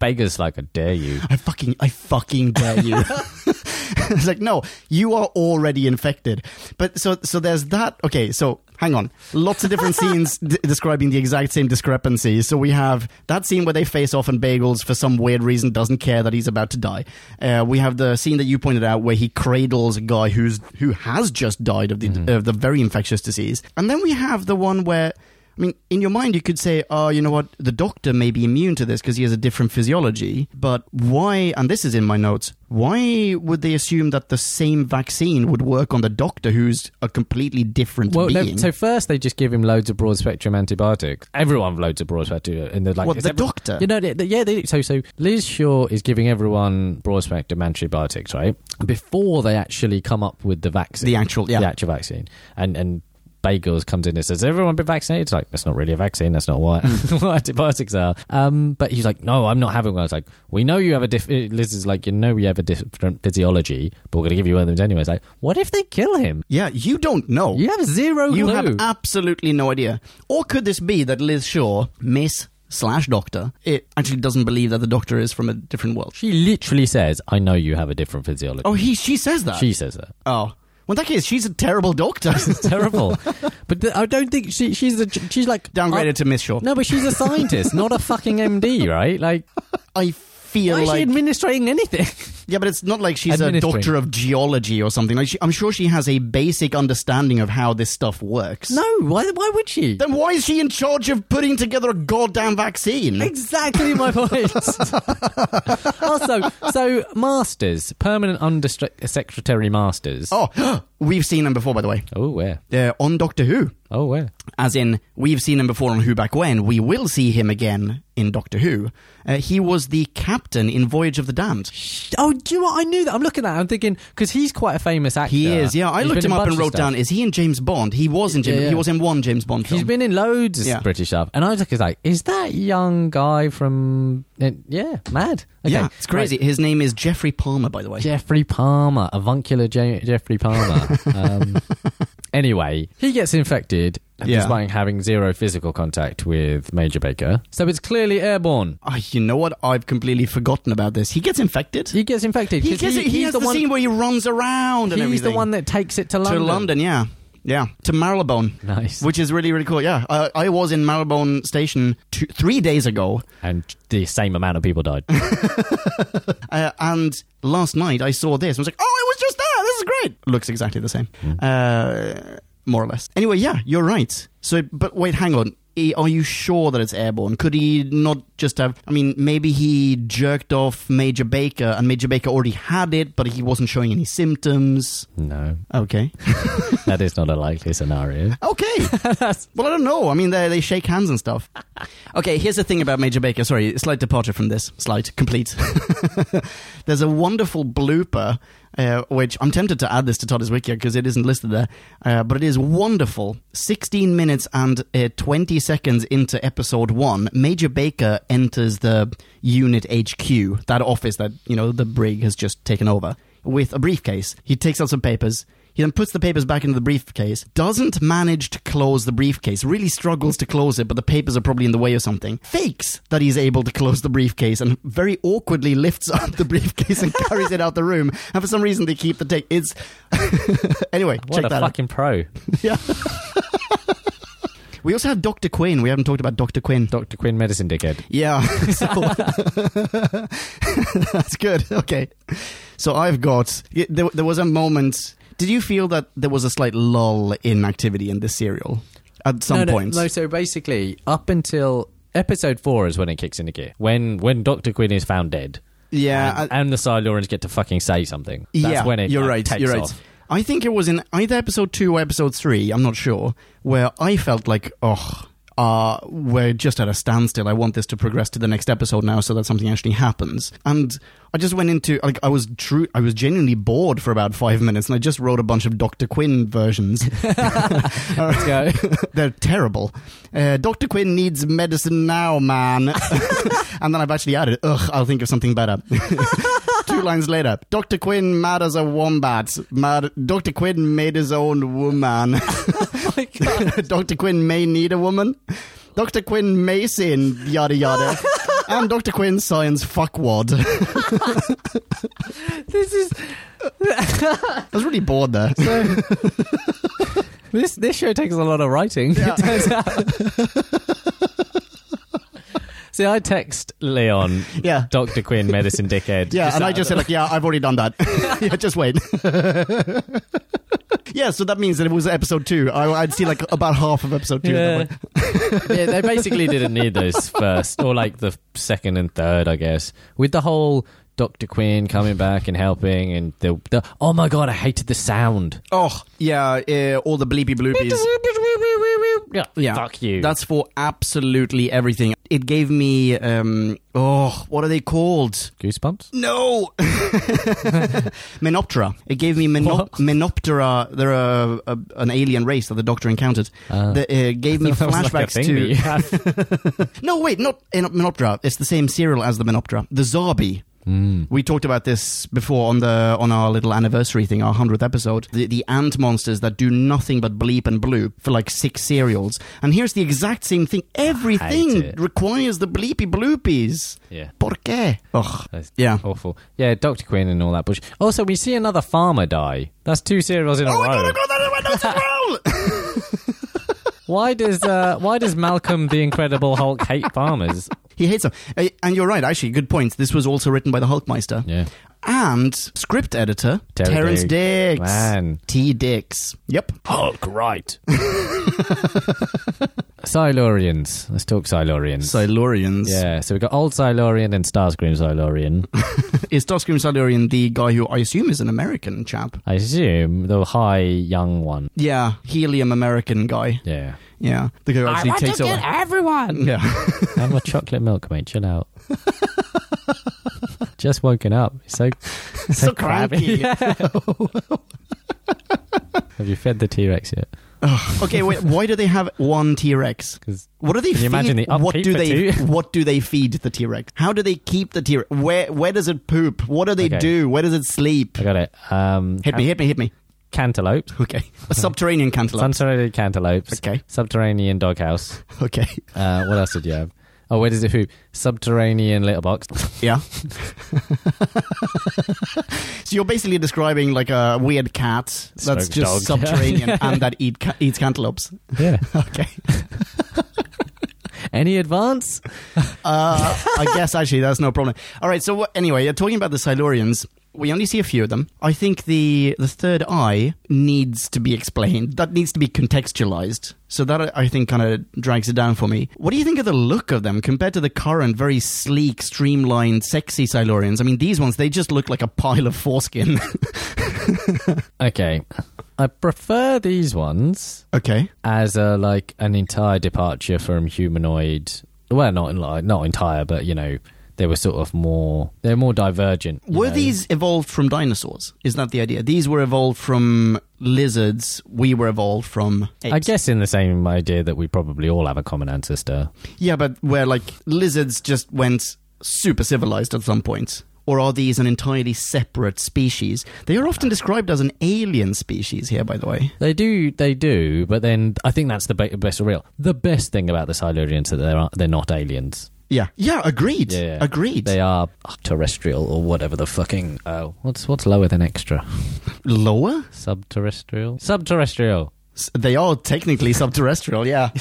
[SPEAKER 1] Baker's like, "I dare you."
[SPEAKER 2] I fucking, I fucking dare you. it's like, no, you are already infected. But so, so there's that. Okay, so hang on. Lots of different scenes d- describing the exact same discrepancy. So we have that scene where they face off and Bagels, for some weird reason, doesn't care that he's about to die. Uh, we have the scene that you pointed out where he cradles a guy who's who has just died of the
[SPEAKER 1] Mm-hmm.
[SPEAKER 2] of the very infectious disease, and then we have the one where. I mean, in your mind, you could say, oh, you know what? The doctor may be immune to this because he has a different physiology. But why, and this is in my notes, why would they assume that the same vaccine would work on the doctor who's a completely different
[SPEAKER 1] Well, no,
[SPEAKER 2] being?
[SPEAKER 1] so first they just give him loads of broad spectrum antibiotics. Everyone loads of broad spectrum, and they're like,
[SPEAKER 2] what,
[SPEAKER 1] "Is
[SPEAKER 2] the
[SPEAKER 1] everyone-
[SPEAKER 2] doctor?
[SPEAKER 1] You know, they, they- yeah. They, so, so Liz Shaw is giving everyone broad spectrum antibiotics, right? Before they actually come up with the vaccine,
[SPEAKER 2] The actual- yeah.
[SPEAKER 1] the actual vaccine, and and Bagels comes in and says, "Everyone been vaccinated?" It's like that's not really a vaccine. That's not what, what antibiotics are. Um, but he's like, "No, I'm not having one." It's like we know you have a diff. uh, Liz is like, "You know, you have a different physiology, but we're going to give you one of those anyway." It's like, what if they kill him?
[SPEAKER 2] yeah, you don't know.
[SPEAKER 1] You have zero.
[SPEAKER 2] You
[SPEAKER 1] clue.
[SPEAKER 2] have absolutely no idea. Or could this be that Liz Shaw, Miss slash Doctor, it actually doesn't believe that the doctor is from a different world?
[SPEAKER 1] She literally says, "I know you have a different physiology."
[SPEAKER 2] Oh, he, she says that.
[SPEAKER 1] she says that.
[SPEAKER 2] oh. Well, in that case, she's a terrible doctor.
[SPEAKER 1] Terrible, but th- I don't think she, she's a, she's like
[SPEAKER 2] Downgraded
[SPEAKER 1] I-
[SPEAKER 2] to Miss Shaw.
[SPEAKER 1] No, but she's a scientist, not a fucking MD, right? Like,
[SPEAKER 2] I feel
[SPEAKER 1] why is she
[SPEAKER 2] like
[SPEAKER 1] administrating anything?
[SPEAKER 2] Yeah, but it's not like she's a
[SPEAKER 1] Administering.
[SPEAKER 2] doctor of geology or something. Like she, I'm sure she has a basic understanding of how this stuff works.
[SPEAKER 1] No, why, why would she?
[SPEAKER 2] Then why is she in charge of putting together a goddamn vaccine?
[SPEAKER 1] Exactly my point. also, so Masters, permanent undersecretary secretary Masters.
[SPEAKER 2] Oh, we've seen him before, by the way.
[SPEAKER 1] oh where?
[SPEAKER 2] Uh, on Doctor Who.
[SPEAKER 1] Oh where?
[SPEAKER 2] As in, we've seen him before on Who Back When. We will see him again in Doctor Who. Uh, he was the captain in Voyage of the Damned.
[SPEAKER 1] Oh, do you know what? I knew that. I'm looking at. It, I'm thinking because he's quite a famous actor.
[SPEAKER 2] He is, yeah. I
[SPEAKER 1] He's
[SPEAKER 2] looked
[SPEAKER 1] been in
[SPEAKER 2] him
[SPEAKER 1] a
[SPEAKER 2] up
[SPEAKER 1] bunch
[SPEAKER 2] and
[SPEAKER 1] of
[SPEAKER 2] wrote
[SPEAKER 1] stuff.
[SPEAKER 2] down, is he in James Bond? He was in James.
[SPEAKER 1] Yeah, yeah.
[SPEAKER 2] He was in one James Bond film.
[SPEAKER 1] He's been in loads of
[SPEAKER 2] Yeah.
[SPEAKER 1] British stuff, and I was like, it's like, is that young guy from? and- Yeah, mad. Okay.
[SPEAKER 2] Yeah, it's crazy. His name is Jeffrey Palmer, by the way.
[SPEAKER 1] Right. Jeffrey Palmer, avuncular Je- Jeffrey Palmer. um, anyway, he gets infected
[SPEAKER 2] Yeah.
[SPEAKER 1] despite having zero physical contact with Major Baker, so it's clearly airborne.
[SPEAKER 2] Ah, you know what? I've completely forgotten about this. He gets infected.
[SPEAKER 1] He gets infected.
[SPEAKER 2] He
[SPEAKER 1] 'cause
[SPEAKER 2] gets. He,
[SPEAKER 1] he's
[SPEAKER 2] has the,
[SPEAKER 1] one,
[SPEAKER 2] scene where he runs around and
[SPEAKER 1] He's
[SPEAKER 2] everything.
[SPEAKER 1] the one that takes it to London.
[SPEAKER 2] to London, yeah, yeah, to Marylebone.
[SPEAKER 1] Nice.
[SPEAKER 2] Which is really, really cool. Yeah, I, I was in Marylebone Station two, three days ago,
[SPEAKER 1] and the same amount of people died.
[SPEAKER 2] uh, and last night I saw this. I was like, "Oh, it was just there. This is great." Looks exactly the same, uh, more or less. Anyway, yeah, you're right. So, but wait, hang on. Eh, Are you sure that it's airborne? Could he not just have? I mean, maybe he jerked off Major Baker, and Major Baker already had it, but he wasn't showing any symptoms.
[SPEAKER 1] no,
[SPEAKER 2] Okay,
[SPEAKER 1] that is not a likely scenario.
[SPEAKER 2] okay.
[SPEAKER 1] That's-
[SPEAKER 2] Well, I don't know. I mean, they, they shake hands and stuff. Okay, here's the thing about Major Baker. Sorry, slight departure from this. Slight, complete. There's a wonderful blooper, uh, which I'm tempted to add this to Todd's Wiki because it isn't listed there, uh, but it is wonderful. 16 minutes and uh, 20 seconds into episode one, Major Baker enters the unit HQ, that office that, you know, the brig has just taken over, with a briefcase. He takes out some papers. He then puts the papers back into the briefcase, doesn't manage to close the briefcase, really struggles to close it, but the papers are probably in the way or something. Fakes that he's able to close the briefcase and very awkwardly lifts up the briefcase and carries it out the room. And for some reason, they keep the tape. It's. anyway,
[SPEAKER 1] What
[SPEAKER 2] check
[SPEAKER 1] a
[SPEAKER 2] that out.
[SPEAKER 1] fucking pro.
[SPEAKER 2] We also have Dr. Quinn. We haven't talked about Dr. Quinn.
[SPEAKER 1] Dr. Quinn, medicine dickhead.
[SPEAKER 2] Yeah. So, that's good. Okay. So I've got. y- There, there was a moment. Did you feel that there was a slight lull in activity in this serial at some
[SPEAKER 1] no,
[SPEAKER 2] point?
[SPEAKER 1] No, no, so basically, up until episode four is when it kicks into gear. When when Doctor Quinn is found dead,
[SPEAKER 2] yeah.
[SPEAKER 1] and,
[SPEAKER 2] I-
[SPEAKER 1] and the Silurians get to fucking say something. That's
[SPEAKER 2] yeah.
[SPEAKER 1] when it
[SPEAKER 2] you're
[SPEAKER 1] like,
[SPEAKER 2] right.
[SPEAKER 1] takes
[SPEAKER 2] you're right.
[SPEAKER 1] off.
[SPEAKER 2] I think it was in either episode two or episode three. I'm not sure. Where I felt like, oh. Uh, we're just at a standstill. I want this to progress to the next episode now, so that something actually happens. And I just went into like I was true. I was genuinely bored for about five minutes, and I just wrote a bunch of Doctor Quinn versions.
[SPEAKER 1] Let's go.
[SPEAKER 2] They're terrible. Uh, Dr. Quinn needs medicine now, man. and then I've actually added, ugh, I'll think of something better. Two lines later, Dr. Quinn mad as a wombat. Mad, Dr. Quinn made his own woman.
[SPEAKER 1] Oh
[SPEAKER 2] Dr. Quinn may need a woman. Dr. Quinn may sin, yada yada. and Dr. Quinn science fuckwad.
[SPEAKER 1] this is
[SPEAKER 2] I was really bored there.
[SPEAKER 1] this this show takes a lot of writing. It turns out. See, I text Leon,
[SPEAKER 2] Yeah.
[SPEAKER 1] Doctor Quinn, medicine dickhead.
[SPEAKER 2] Yeah, and I
[SPEAKER 1] out-
[SPEAKER 2] just said like, yeah, I've already done that. yeah, just wait. yeah, so that means that it was episode two. I, I'd see like about half of episode two.
[SPEAKER 1] Yeah. yeah, they basically didn't need those first, or like the second and third, I guess, with the whole Doctor Quinn coming back and helping, and the, the oh my god, I hated the sound.
[SPEAKER 2] Oh yeah, uh, all the bleepy bloopies.
[SPEAKER 1] Yeah, fuck you.
[SPEAKER 2] That's for absolutely everything. It gave me um oh what are they called?
[SPEAKER 1] goosebumps.
[SPEAKER 2] No, Menoptera. It gave me Menop-
[SPEAKER 1] What?
[SPEAKER 2] Menoptera. They're a, a, an alien race that the Doctor encountered.
[SPEAKER 1] Ah.
[SPEAKER 2] that uh, gave me
[SPEAKER 1] That was like a
[SPEAKER 2] flashbacks
[SPEAKER 1] thing that you
[SPEAKER 2] to
[SPEAKER 1] had.
[SPEAKER 2] No, wait, not in Menoptera. It's the same serial as the Menoptera. The Zarbi.
[SPEAKER 1] Hmm.
[SPEAKER 2] We talked about this before on the on our little anniversary thing, our hundredth episode. The, the ant monsters that do nothing but bleep and bloop for like six serials, and here's the exact same thing. Everything
[SPEAKER 1] it.
[SPEAKER 2] requires the bleepy bloopies.
[SPEAKER 1] yeah.
[SPEAKER 2] Por qué? Ugh.
[SPEAKER 1] That's Oh,
[SPEAKER 2] Yeah.
[SPEAKER 1] awful. Yeah, Doctor Quinn and all that bush. Also, we see another farmer die. That's two serials in a
[SPEAKER 2] Oh my
[SPEAKER 1] row.
[SPEAKER 2] god! I got that in my notes as well.
[SPEAKER 1] Why does uh, why does Malcolm the Incredible Hulk hate farmers?
[SPEAKER 2] he hates them, Uh, and you're right. Actually, good point. This was also written by the Hulkmeister.
[SPEAKER 1] Yeah.
[SPEAKER 2] and script editor
[SPEAKER 1] Terry
[SPEAKER 2] Terrence
[SPEAKER 1] Diggs.
[SPEAKER 2] Dix.
[SPEAKER 1] Man.
[SPEAKER 2] T. Dix. Yep. Hulk right.
[SPEAKER 1] Silurians. Let's talk Silurians.
[SPEAKER 2] Silurians.
[SPEAKER 1] yeah, so we've got old Silurian and Starscream Silurian.
[SPEAKER 2] Is Starscream Silurian the guy who I assume is an American chap?
[SPEAKER 1] I assume the high young one.
[SPEAKER 2] Yeah, helium American guy.
[SPEAKER 1] Yeah.
[SPEAKER 2] Yeah, the guy who actually takes over.
[SPEAKER 1] everyone.
[SPEAKER 2] yeah,
[SPEAKER 1] Have a chocolate milk, mate. Chill out. Just woken up. It's so
[SPEAKER 2] so cranky.
[SPEAKER 1] Have you fed the T Rex yet?
[SPEAKER 2] okay, wait, why do they have one T Rex?
[SPEAKER 1] 'Cause
[SPEAKER 2] What do they?
[SPEAKER 1] Can
[SPEAKER 2] feed?
[SPEAKER 1] you imagine the
[SPEAKER 2] what
[SPEAKER 1] upkeep
[SPEAKER 2] do
[SPEAKER 1] for
[SPEAKER 2] they?
[SPEAKER 1] two?
[SPEAKER 2] What do they feed the T Rex? How do they keep the T Rex? Where Where does it poop? What do they
[SPEAKER 1] Okay.
[SPEAKER 2] do? Where does it sleep?
[SPEAKER 1] I got it. Um,
[SPEAKER 2] Hit me! Hit me! Hit me!
[SPEAKER 1] Cantaloupe.
[SPEAKER 2] Okay, a subterranean cantaloupe.
[SPEAKER 1] Subterranean cantaloupes.
[SPEAKER 2] Okay.
[SPEAKER 1] Subterranean doghouse.
[SPEAKER 2] okay,
[SPEAKER 1] Uh, what else did you have? Oh, where does it poop? Subterranean litter box.
[SPEAKER 2] yeah. so you're basically describing like a weird cat that's
[SPEAKER 1] Smoked
[SPEAKER 2] just
[SPEAKER 1] dog.
[SPEAKER 2] subterranean and that eat ca- eats cantaloupes.
[SPEAKER 1] yeah.
[SPEAKER 2] Okay.
[SPEAKER 1] Any advance?
[SPEAKER 2] Uh, I guess actually that's no problem. All right. So what, anyway, uh, talking about the Silurians, we only see a few of them. I think the the third eye needs to be explained. That needs to be contextualized. So that I- I think kind of drags it down for me. What do you think of the look of them compared to the current very sleek, streamlined, sexy Silurians? I mean, these ones they just look like a pile of foreskin.
[SPEAKER 1] Okay. I prefer these ones
[SPEAKER 2] okay.
[SPEAKER 1] as a like an entire departure from humanoid. Well, not like not entire, but you know they were sort of more they're more divergent. you
[SPEAKER 2] Were
[SPEAKER 1] know.
[SPEAKER 2] these evolved from dinosaurs? Is that the idea? These were evolved from lizards. We were evolved from. Apes.
[SPEAKER 1] I guess in the same idea that we probably all have a common ancestor.
[SPEAKER 2] Yeah, but where like lizards just went super civilized at some point. Or are these an entirely separate species? They are often described as an alien species here, by the way.
[SPEAKER 1] They do, they do, but then I think that's the be- best real. The best thing about the Silurians is that they're they're not aliens.
[SPEAKER 2] Yeah. Yeah, agreed.
[SPEAKER 1] Yeah, yeah.
[SPEAKER 2] Agreed.
[SPEAKER 1] They are terrestrial or whatever the fucking oh, what's what's lower than extra?
[SPEAKER 2] Lower?
[SPEAKER 1] Subterrestrial. Subterrestrial.
[SPEAKER 2] S- They are technically subterrestrial, yeah.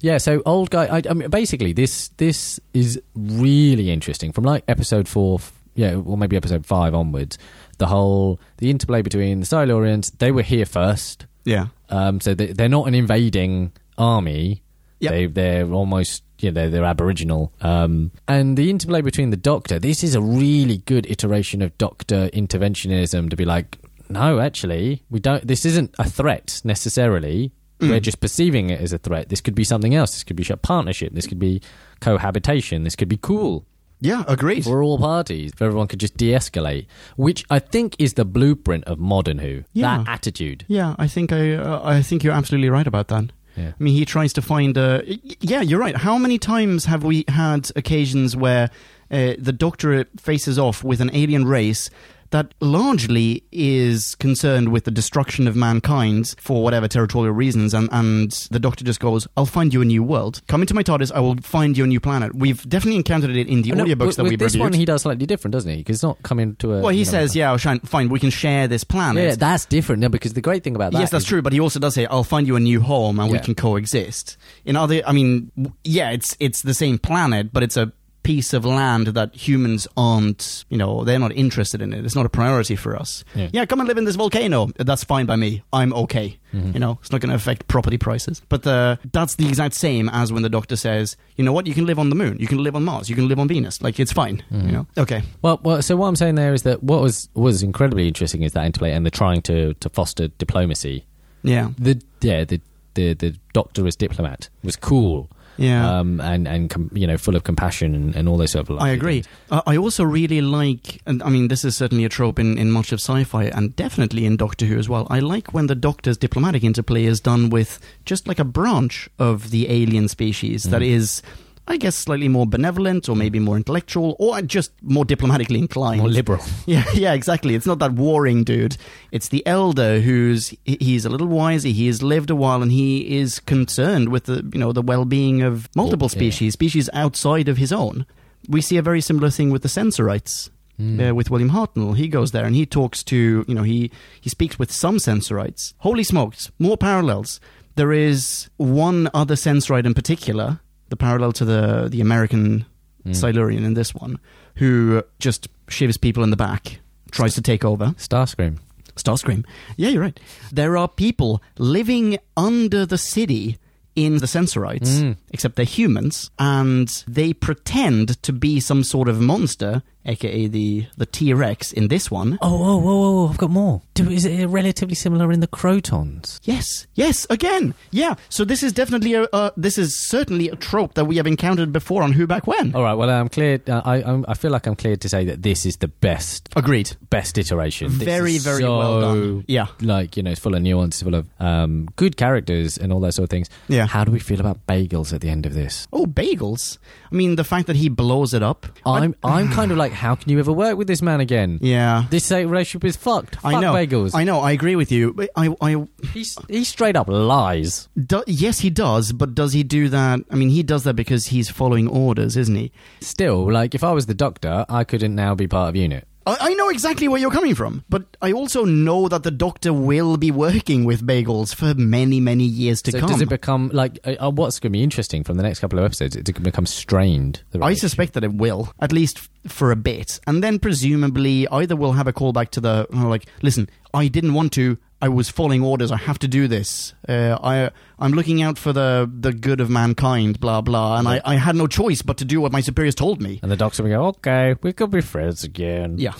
[SPEAKER 1] Yeah, so old guy. I, I mean, basically, this this is really interesting. From like episode four, f- yeah, or maybe episode five onwards, the whole the interplay between the Silurians. They were here first,
[SPEAKER 2] Yeah.
[SPEAKER 1] um, so they, they're not an invading army.
[SPEAKER 2] Yep.
[SPEAKER 1] They they're almost you know they're, they're aboriginal. Um, and the interplay between the Doctor. This is a really good iteration of Doctor interventionism to be like, no, actually, we don't. This isn't a threat necessarily.
[SPEAKER 2] Mm.
[SPEAKER 1] We're just perceiving it as a threat. This could be something else. This could be a partnership. This could be cohabitation. This could be cool
[SPEAKER 2] Yeah, agreed.
[SPEAKER 1] for all parties. If everyone could just de-escalate, which I think is the blueprint of modern Who.
[SPEAKER 2] Yeah.
[SPEAKER 1] That attitude.
[SPEAKER 2] Yeah, I think I uh, I think you're absolutely right about that.
[SPEAKER 1] Yeah.
[SPEAKER 2] I mean, he tries to find. Uh, y- yeah, you're right. How many times have we had occasions where uh, the Doctor faces off with an alien race that largely is concerned with the destruction of mankind for whatever territorial reasons, and, and the Doctor just goes, "I'll find you a new world. Come into my TARDIS. I will find you a new planet." We've definitely encountered it in the
[SPEAKER 1] Oh, no,
[SPEAKER 2] audiobooks
[SPEAKER 1] with,
[SPEAKER 2] that
[SPEAKER 1] with
[SPEAKER 2] we've
[SPEAKER 1] this
[SPEAKER 2] reviewed.
[SPEAKER 1] one he does slightly different, doesn't he? Because it's not coming to a.
[SPEAKER 2] well, he
[SPEAKER 1] you know,
[SPEAKER 2] says, "Yeah, I'll shine, fine. We can share this planet."
[SPEAKER 1] yeah, that's different. No, because the great thing about that,
[SPEAKER 2] yes, that's
[SPEAKER 1] is-
[SPEAKER 2] true. But he also does say, "I'll find you a new home, and we
[SPEAKER 1] Yeah.
[SPEAKER 2] can coexist." In other, I mean, w- yeah, it's it's the same planet, but it's a piece of land that humans aren't. You know, they're not interested in it. It's not a priority for us.
[SPEAKER 1] Yeah.
[SPEAKER 2] Yeah, come and live in this volcano. That's fine by me. I'm okay.
[SPEAKER 1] Mm-hmm.
[SPEAKER 2] You know, it's not going to affect property prices. But the, that's the exact same as when the doctor says, "You know what? You can live on the moon. You can live on Mars. You can live on Venus. Like it's fine."
[SPEAKER 1] Mm-hmm.
[SPEAKER 2] You know. Okay.
[SPEAKER 1] Well, well, so what I'm saying there is that what was was incredibly interesting is that interplay, and they're trying to to foster diplomacy.
[SPEAKER 2] Yeah.
[SPEAKER 1] The yeah, the the the doctor as diplomat was cool.
[SPEAKER 2] Yeah.
[SPEAKER 1] Um, and and com- you know, full of compassion and, and all those sort of.
[SPEAKER 2] I
[SPEAKER 1] lovely
[SPEAKER 2] agree.
[SPEAKER 1] things.
[SPEAKER 2] Uh, I also really like, and I mean, this is certainly a trope in, in much of sci fi and definitely in Doctor Who as well. I like when the Doctor's diplomatic interplay is done with just like a branch of the alien species
[SPEAKER 1] Mm.
[SPEAKER 2] that is, I guess, slightly more benevolent or maybe more intellectual or just more diplomatically inclined.
[SPEAKER 1] More liberal.
[SPEAKER 2] Yeah, yeah, exactly. It's not that warring dude. It's the elder who's he- he's a little wiser. He has lived a while, and he is concerned with the you know the well being of multiple
[SPEAKER 1] Yeah.
[SPEAKER 2] species, species outside of his own. We see a very similar thing with the sensorites. Uh, with William Hartnell, he goes there and he talks to you know he he speaks with some sensorites. Holy smokes, more parallels. There is one other sensorite in particular, the parallel to the the American Silurian in this one, who just shivs people in the back, tries to take over.
[SPEAKER 1] Starscream.
[SPEAKER 2] Starscream. Yeah, you're right. There are people living under the city in the Sensorites,
[SPEAKER 1] Mm.
[SPEAKER 2] except they're humans, and they pretend to be some sort of monster, aka the the T Rex in this one.
[SPEAKER 1] Oh, oh, whoa, whoa, whoa! I've got more. Do, is it relatively similar in the Crotons?
[SPEAKER 2] Yes, yes, again, yeah. So this is definitely a uh, this is certainly a trope that we have encountered before on Who Back When.
[SPEAKER 1] All right. Well, I'm clear. Uh, I I'm, I feel like I'm clear to say that this is the best
[SPEAKER 2] Agreed.
[SPEAKER 1] best iteration. This
[SPEAKER 2] Very,
[SPEAKER 1] is
[SPEAKER 2] very
[SPEAKER 1] so,
[SPEAKER 2] well done. Yeah.
[SPEAKER 1] Like you know, it's full of nuance, full of um, good characters and all those sort of things.
[SPEAKER 2] Yeah.
[SPEAKER 1] How do we feel about bagels at the end of this?
[SPEAKER 2] Oh, bagels. I mean, the fact that he blows it up.
[SPEAKER 1] I'm I'm kind of like, how can you ever work with this man again?
[SPEAKER 2] yeah.
[SPEAKER 1] This uh, relationship is fucked. Fuck
[SPEAKER 2] I know.
[SPEAKER 1] bagels.
[SPEAKER 2] I know. I agree with you. But I, I,
[SPEAKER 1] He's, he straight up lies.
[SPEAKER 2] do, yes, he does. But does he do that? I mean, he does that because he's following orders, isn't he?
[SPEAKER 1] Still, like if I was the doctor, I couldn't now be part of unit.
[SPEAKER 2] I, I know exactly where you're coming from. But I also know that the doctor will be working with bagels for many, many years to
[SPEAKER 1] so
[SPEAKER 2] come.
[SPEAKER 1] does it become like uh, uh, what's going to be interesting from the next couple of episodes? It's going to become strained. the
[SPEAKER 2] I
[SPEAKER 1] relationship.
[SPEAKER 2] suspect that it will, at least f- for a bit, and then presumably either we'll have a callback to the uh, like, listen, I didn't want to. I was following orders. I have to do this. Uh, I I'm looking out for the the good of mankind. Blah blah. And I, I had no choice but to do what my superiors told me.
[SPEAKER 1] And the doctor will go, okay, we could be friends again.
[SPEAKER 2] Yeah,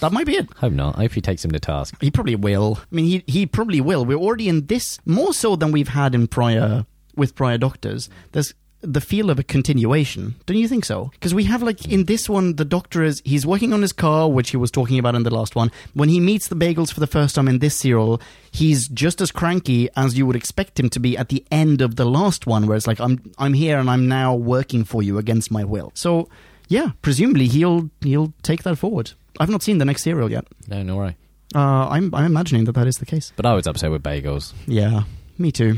[SPEAKER 2] that might be it.
[SPEAKER 1] Hope not. I hope he takes him to task.
[SPEAKER 2] He probably will. I mean, he he probably will. We're already in this more so than we've had in prior with prior Doctors. There's the feel of a continuation, don't you think so? Because we have like in this one, the Doctor is he's working on his car, which he was talking about in the last one. When he meets the Bagels for the first time in this serial, he's just as cranky as you would expect him to be at the end of the last one, where it's like I'm I'm here and I'm now working for you against my will. So. Yeah, presumably he'll he'll take that forward. I've not seen the next serial yet.
[SPEAKER 1] No, no worry.
[SPEAKER 2] Uh, I'm I'm imagining that that is the case.
[SPEAKER 1] But I was upset with bagels.
[SPEAKER 2] Yeah, me too.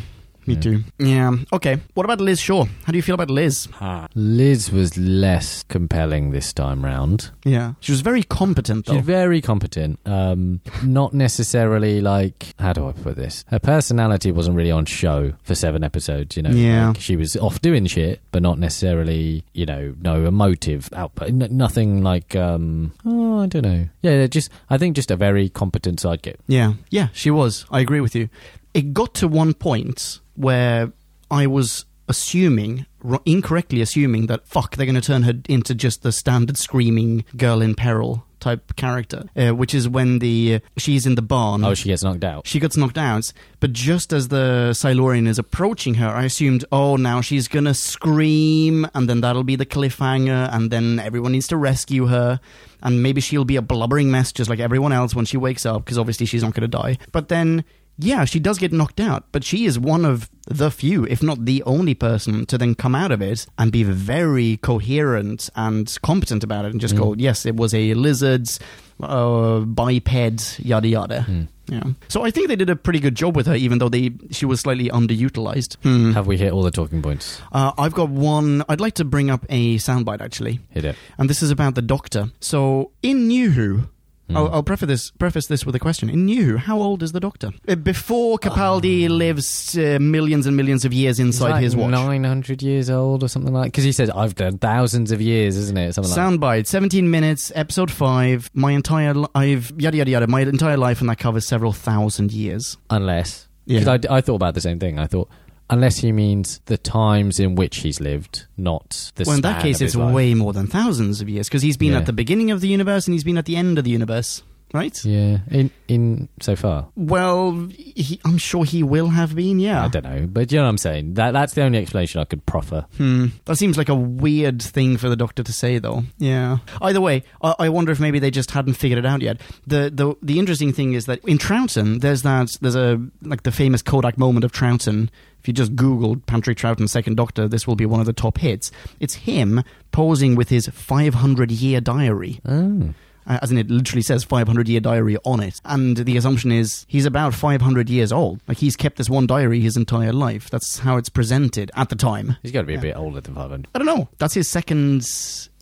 [SPEAKER 2] Me
[SPEAKER 1] Yeah.
[SPEAKER 2] too. Yeah. Okay. What about Liz Shaw? How do you feel about Liz?
[SPEAKER 1] Liz was less compelling this time round.
[SPEAKER 2] Yeah, she was very competent
[SPEAKER 1] She's
[SPEAKER 2] though.
[SPEAKER 1] very competent. Um, not necessarily like how do I put this? Her personality wasn't really on show for seven episodes. You know,
[SPEAKER 2] Yeah.
[SPEAKER 1] Like, she was off doing shit, but not necessarily you know no emotive output. N- nothing like um, oh I don't know. Yeah, just I think just a very competent sidekick.
[SPEAKER 2] Yeah. Yeah, she was. I agree with you. It got to one point where I was assuming, ro- incorrectly assuming that fuck, they're going to turn her into just the standard screaming girl in peril type character, uh, which is when the uh, she's in the barn.
[SPEAKER 1] Oh, she gets knocked out.
[SPEAKER 2] She gets knocked out, but just as the Silurian is approaching her, I assumed, oh, now she's gonna scream, and then that'll be the cliffhanger, and then everyone needs to rescue her, and maybe she'll be a blubbering mess just like everyone else when she wakes up, because obviously she's not gonna die. But then, yeah, she does get knocked out, but she is one of the few, if not the only person, to then come out of it and be very coherent and competent about it, and just go, yes, it was a lizard's uh, biped, yada yada. Yeah. So I think they did a pretty good job with her, even though they she was slightly underutilized. Hmm.
[SPEAKER 1] Have we hit all the talking points?
[SPEAKER 2] Uh, I've got one. I'd like to bring up a soundbite actually,
[SPEAKER 1] Hit it.
[SPEAKER 2] and this is about the Doctor. So in New Who. I'll, I'll preface this preface this with a question. In New Who, how old is the Doctor? Uh, Before Capaldi lives uh, millions and millions of years inside his watch.
[SPEAKER 1] Nine hundred years old or something like. Because he says I've done thousands of years, isn't it? Something like.
[SPEAKER 2] Soundbite, 17 minutes, episode 5. My entire li- I've yada yada yada, my entire life and that covers several thousand years.
[SPEAKER 1] Unless.
[SPEAKER 2] Yeah.
[SPEAKER 1] Because I, I thought about the same thing. I thought, unless he means the times in which he's lived, not the.
[SPEAKER 2] well, in
[SPEAKER 1] span
[SPEAKER 2] that case,
[SPEAKER 1] of his
[SPEAKER 2] it's
[SPEAKER 1] life.
[SPEAKER 2] way more than thousands of years because he's been
[SPEAKER 1] Yeah.
[SPEAKER 2] at the beginning of the universe and he's been at the end of the universe, right?
[SPEAKER 1] Yeah, in in so far,
[SPEAKER 2] Well, he, I'm sure he will have been.
[SPEAKER 1] I
[SPEAKER 2] Yeah,
[SPEAKER 1] don't know, but you know what I'm saying. That that's the only explanation I could proffer.
[SPEAKER 2] hmm. that seems like a weird thing for the Doctor to say, though. Yeah. Either way, I, I wonder if maybe they just hadn't figured it out yet. the the The interesting thing is that in Troughton, there's that there's a like the famous Kodak moment of Troughton. If you just Google Patrick Troughton Second Doctor, this will be one of the top hits. It's him posing with his 500 year diary.
[SPEAKER 1] Oh,
[SPEAKER 2] Uh, as in it literally says 500 year diary on it and the assumption is he's about 500 years old like he's kept this one diary his entire life that's how it's presented at the time
[SPEAKER 1] he's got to be
[SPEAKER 2] Yeah.
[SPEAKER 1] a bit older than 500.
[SPEAKER 2] i don't know that's his second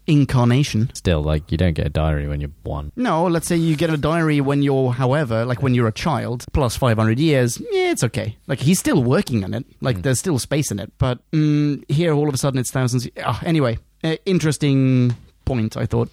[SPEAKER 2] incarnation
[SPEAKER 1] Still, like you don't get a diary when you're one.
[SPEAKER 2] no let's say you get a diary when you're however like when you're a child plus 500 years yeah it's okay like he's still working on it like there's still space in it but mm, here all of a sudden it's thousands ah, anyway uh, interesting point, I thought.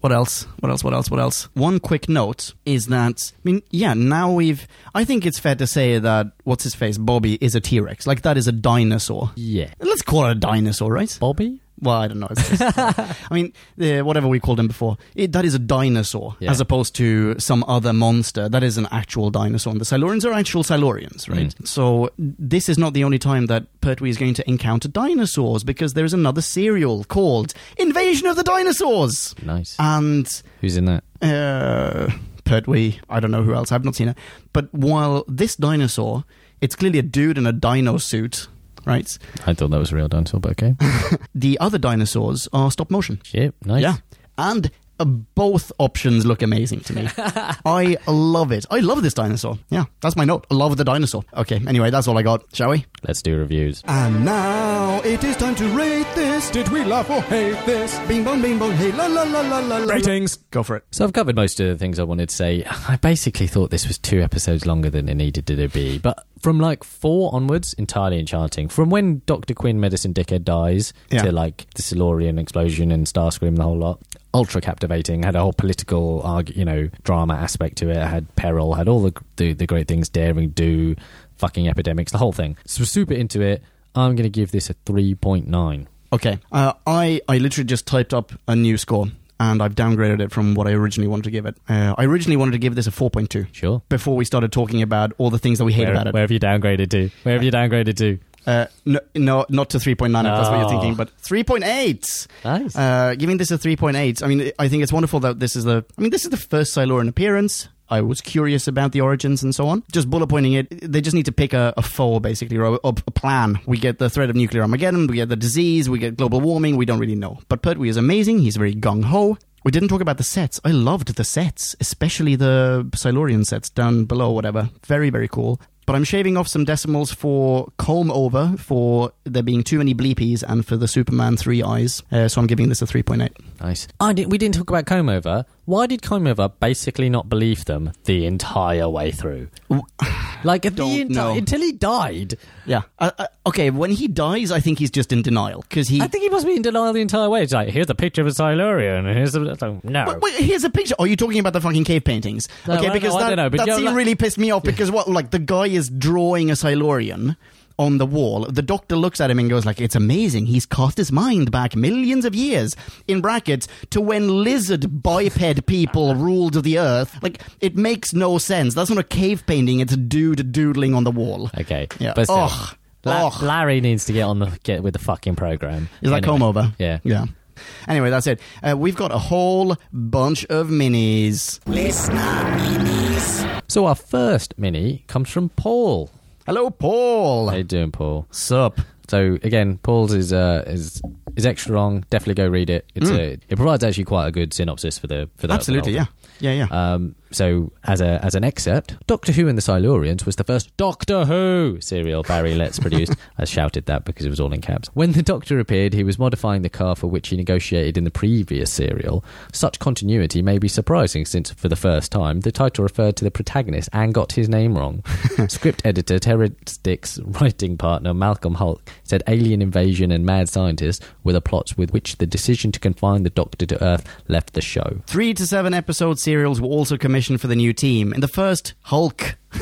[SPEAKER 2] What else? What else? What else? What else? One quick note is that, I mean, yeah, now we've. I think it's fair to say that, what's his face? Bobby is a T Rex. Like, that is a dinosaur.
[SPEAKER 1] Yeah.
[SPEAKER 2] Let's call it a dinosaur, right?
[SPEAKER 1] Bobby?
[SPEAKER 2] Well, I don't know. It's just, I mean, uh, whatever we called him before, it, that is a dinosaur
[SPEAKER 1] Yeah.
[SPEAKER 2] as opposed to some other monster. That is an actual dinosaur. And the Silurians are actual Silurians, right? So this is not the only time that Pertwee is going to encounter dinosaurs because there is another serial called Invasion of the Dinosaurs.
[SPEAKER 1] Nice.
[SPEAKER 2] And
[SPEAKER 1] Who's in that?
[SPEAKER 2] uh, Pertwee, I don't know who else, I've not seen it. But while this dinosaur, it's clearly a dude in a dino suit, right?
[SPEAKER 1] I thought that was a real dinosaur, but okay.
[SPEAKER 2] The other dinosaurs are stop motion.
[SPEAKER 1] Shit, nice.
[SPEAKER 2] Yeah. And uh, both options look amazing to me. I love it. I love this dinosaur. Yeah, that's my note. I love the dinosaur. Okay, anyway, that's all I got. Shall we?
[SPEAKER 1] Let's do reviews.
[SPEAKER 3] And now it is time to rate this.
[SPEAKER 5] Did we love or hate this?
[SPEAKER 3] Bing bong, bing bong, hey la la la la la. la.
[SPEAKER 5] Ratings.
[SPEAKER 2] Go for it.
[SPEAKER 1] So I've covered most of the things I wanted to say. I basically thought this was two episodes longer than it needed to be, but from like four onwards, entirely enchanting. From when Doctor Quinn, Medicine Dickhead, dies
[SPEAKER 2] Yeah.
[SPEAKER 1] to like the Silurian explosion and Starscream, the whole lot. Ultra captivating. Had a whole political, arg- you know, drama aspect to it. Had peril. Had all the the, the great things daring do, fucking epidemics, the whole thing. So super into it. I'm gonna give this a three point nine.
[SPEAKER 2] Okay. Uh, I, I literally just typed up a new score and I've downgraded it from what I originally wanted to give it. Uh, I originally wanted to give this a 4.2
[SPEAKER 1] Sure.
[SPEAKER 2] before we started talking about all the things that we hate
[SPEAKER 1] Where,
[SPEAKER 2] about it.
[SPEAKER 1] where have you downgraded to? Where have you downgraded to?
[SPEAKER 2] Uh, no, no, not to 3.9, if that's what you're
[SPEAKER 1] Oh.
[SPEAKER 2] thinking, but 3.8.
[SPEAKER 1] Nice.
[SPEAKER 2] Uh, giving this a 3.8. I mean, I think it's wonderful that this is the. I mean, this is the first Siloran appearance. I was curious about the origins and so on. Just bullet pointing it, they just need to pick a, a foe, basically, or a, a plan. We get the threat of nuclear Armageddon, we get the disease, we get global warming, we don't really know. But Pertwee is amazing, he's very gung ho. We didn't talk about the sets. I loved the sets, especially the Silurian sets down below, whatever. Very, very cool. But I'm shaving off some decimals for comb over, for there being too many bleepies, and for the Superman three eyes. Uh, so I'm giving this a 3.8.
[SPEAKER 1] Nice. I didn't, we didn't talk about Comeover. Why did Comeover basically not believe them the entire way through? Like the
[SPEAKER 2] Don't
[SPEAKER 1] enti-
[SPEAKER 2] know.
[SPEAKER 1] until he died.
[SPEAKER 2] Yeah. Uh, uh, okay, when he dies, I think he's just in denial. Because he.
[SPEAKER 1] I think he must be in denial the entire way. It's like here's a picture of a Silurian. and Here's a, it's like, no.
[SPEAKER 2] Wait, wait, here's a picture. Are you talking about the fucking cave paintings?
[SPEAKER 1] No, I
[SPEAKER 2] okay,
[SPEAKER 1] don't
[SPEAKER 2] because
[SPEAKER 1] know, I
[SPEAKER 2] that,
[SPEAKER 1] don't know, but
[SPEAKER 2] that
[SPEAKER 1] yeah,
[SPEAKER 2] scene
[SPEAKER 1] like-
[SPEAKER 2] really pissed me off because what, like, the guy is drawing a Silurian on the wall. The doctor looks at him and goes, like, it's amazing. He's cast his mind back millions of years, in brackets, to when lizard biped people ruled the earth. Like, it makes no sense. That's not a cave painting. It's a dude doodling on the wall.
[SPEAKER 1] Okay.
[SPEAKER 2] Yeah.
[SPEAKER 1] But still,
[SPEAKER 2] Ugh.
[SPEAKER 1] La-
[SPEAKER 2] Ugh.
[SPEAKER 1] Larry needs to get on the get with the fucking program.
[SPEAKER 2] Is that comb over?
[SPEAKER 1] Yeah.
[SPEAKER 2] Yeah. Anyway, that's it. Uh, we've got a whole bunch of minis.
[SPEAKER 1] So our first mini comes from Paul.
[SPEAKER 2] Hello, Paul.
[SPEAKER 1] How you doing, Paul?
[SPEAKER 2] Sup?
[SPEAKER 1] So again, Paul's is uh, is is extra long. Definitely go read it. It's a, it provides actually quite a good synopsis for the for that.
[SPEAKER 2] Mm. Absolutely,
[SPEAKER 1] the
[SPEAKER 2] yeah.
[SPEAKER 1] whole
[SPEAKER 2] Yeah, yeah.
[SPEAKER 1] Um, so, as a as an excerpt, Doctor Who and the Silurians was the first Doctor Who serial Barry Letts produced. I shouted that because it was all in caps. When the Doctor appeared, he was modifying the car for which he negotiated in the previous serial. Such continuity may be surprising, since for the first time, the title referred to the protagonist and got his name wrong. Script editor Terry Stick's writing partner Malcolm Hulk said alien invasion and mad scientist were the plots with which the decision to confine the Doctor to Earth left the show.
[SPEAKER 2] Three to seven episode serials were also commissioned for the new team. In the first, Hulk. I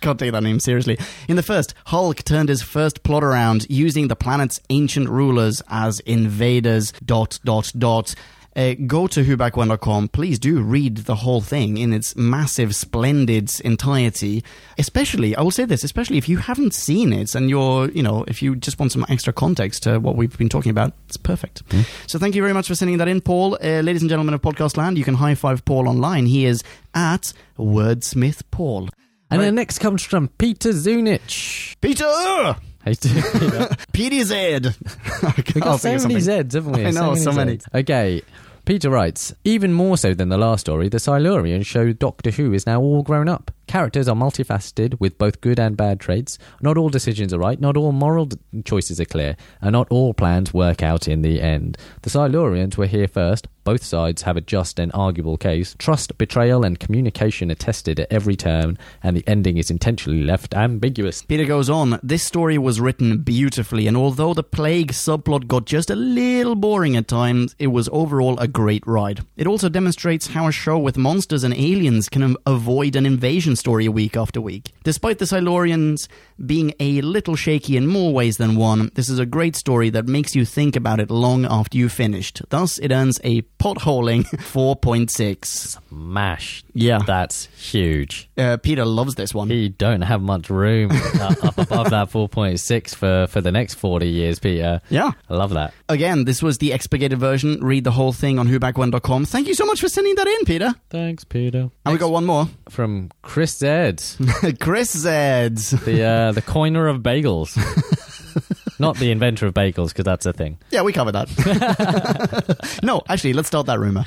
[SPEAKER 2] can't take that name seriously. In the first, Hulk turned his first plot around using the planet's ancient rulers as invaders. Dot, dot, dot. Uh, go to whoback1.com. Please do read the whole thing in its massive, splendid entirety. Especially, I will say this, especially if you haven't seen it and you're, you know, if you just want some extra context to what we've been talking about, it's perfect. So thank you very much for sending that in, Paul. Uh, ladies and gentlemen of Podcast Land, you can high five Paul online. He is at Wordsmith Paul.
[SPEAKER 1] And
[SPEAKER 2] Right.
[SPEAKER 1] then next comes from Peter Zunich.
[SPEAKER 2] Peter!
[SPEAKER 1] Hey, dude, Peter.
[SPEAKER 2] PDZ!
[SPEAKER 1] We've got so many Zs, haven't we?
[SPEAKER 2] I know, so many.
[SPEAKER 1] Zs. Okay. Peter writes, even more so than the last story, the Silurian show Doctor Who is now all grown up. Characters are multifaceted with both good and bad traits. Not all decisions are right, not all moral d- choices are clear, and not all plans work out in the end. The Silurians were here first. Both sides have a just and arguable case. Trust, betrayal, and communication are tested at every turn, and the ending is intentionally left ambiguous.
[SPEAKER 2] Peter goes on, this story was written beautifully, and although the plague subplot got just a little boring at times, it was overall a great ride. It also demonstrates how a show with monsters and aliens can um, avoid an invasion story week after week. Despite the Silurians being a little shaky in more ways than one, this is a great story that makes you think about it long after you've finished. Thus, it earns a potholing 4.6.
[SPEAKER 1] Mash.
[SPEAKER 2] Yeah.
[SPEAKER 1] That's huge.
[SPEAKER 2] Uh, Peter loves this one.
[SPEAKER 1] You don't have much room uh, up above that 4.6 for, for the next 40 years, Peter.
[SPEAKER 2] Yeah.
[SPEAKER 1] I love that.
[SPEAKER 2] Again, this was the expurgated version. Read the whole thing on whobackwhen.com. Thank you so much for sending that in, Peter.
[SPEAKER 1] Thanks, Peter.
[SPEAKER 2] And we got one more.
[SPEAKER 1] From Chris Zed,
[SPEAKER 2] Chris Zeds.
[SPEAKER 1] the uh, the coiner of bagels. Not the inventor of bagels, because that's a thing.
[SPEAKER 2] Yeah, we covered that. no, actually, let's start that rumor.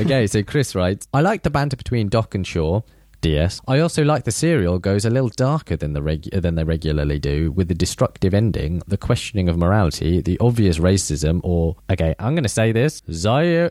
[SPEAKER 1] Okay, so Chris writes I like the banter between Doc and Shaw. DS. I also like the serial goes a little darker than the reg- than they regularly do, with the destructive ending, the questioning of morality, the obvious racism, or okay, I'm going to say this xy-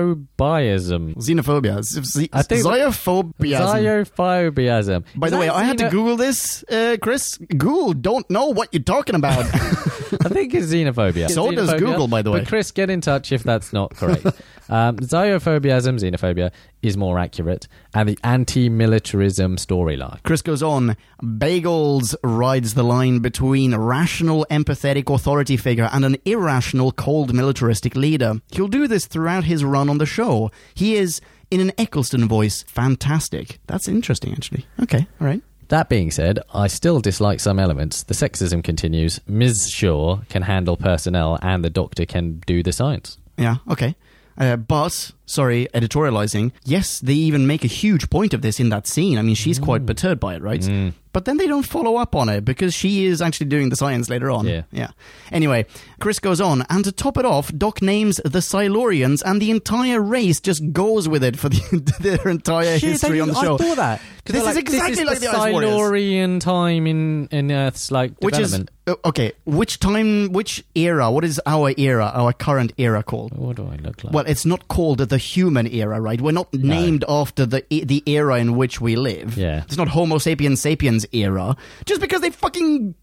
[SPEAKER 1] xyphobiasm.
[SPEAKER 2] Xenophobia. Z- z-
[SPEAKER 1] I think-
[SPEAKER 2] Xenophobia.
[SPEAKER 1] Xyophobiasm.
[SPEAKER 2] By
[SPEAKER 1] Is
[SPEAKER 2] the way,
[SPEAKER 1] that
[SPEAKER 2] I had to
[SPEAKER 1] xeno-
[SPEAKER 2] Google this, uh, Chris. Google don't know what you're talking about.
[SPEAKER 1] I think it's xenophobia.
[SPEAKER 2] So does
[SPEAKER 1] Xenophobia.
[SPEAKER 2] Google, by the way.
[SPEAKER 1] But Chris, get in touch if that's not correct. um, xenophobia, xenophobia is more accurate, and the anti-militarism storyline.
[SPEAKER 2] Chris goes on. Bagels rides the line between a rational, empathetic authority figure and an irrational, cold, militaristic leader. He'll do this throughout his run on the show. He is, in an Eccleston voice, fantastic. That's interesting, actually. Okay, all right.
[SPEAKER 1] That being said, I still dislike some elements. The sexism continues. Ms. Shaw can handle personnel, and the Doctor can do the science.
[SPEAKER 2] Yeah, okay. Uh, but, sorry, editorializing, yes, they even make a huge point of this in that scene. I mean, she's
[SPEAKER 1] Mm.
[SPEAKER 2] quite perturbed by it, right? But then they don't follow up on it because she is actually doing the science later on.
[SPEAKER 1] Yeah.
[SPEAKER 2] Yeah. Anyway, Chris goes on, and to top it off, Doc names the Silurians, and the entire race just goes with it for the, their entire history on the show.
[SPEAKER 1] I saw that.
[SPEAKER 2] This is exactly like the Ice Warriors.
[SPEAKER 1] Silurian time in, in Earth's like
[SPEAKER 2] Which is
[SPEAKER 1] development.
[SPEAKER 2] uh, okay? Which time? Which era? What is our era? Our current era called?
[SPEAKER 1] What do I look like?
[SPEAKER 2] Uh, Well, it's not called the human era, right? We're not named after the e, the era in which we live.
[SPEAKER 1] Yeah.
[SPEAKER 2] it's not Homo sapiens sapiens era. Just because they fucking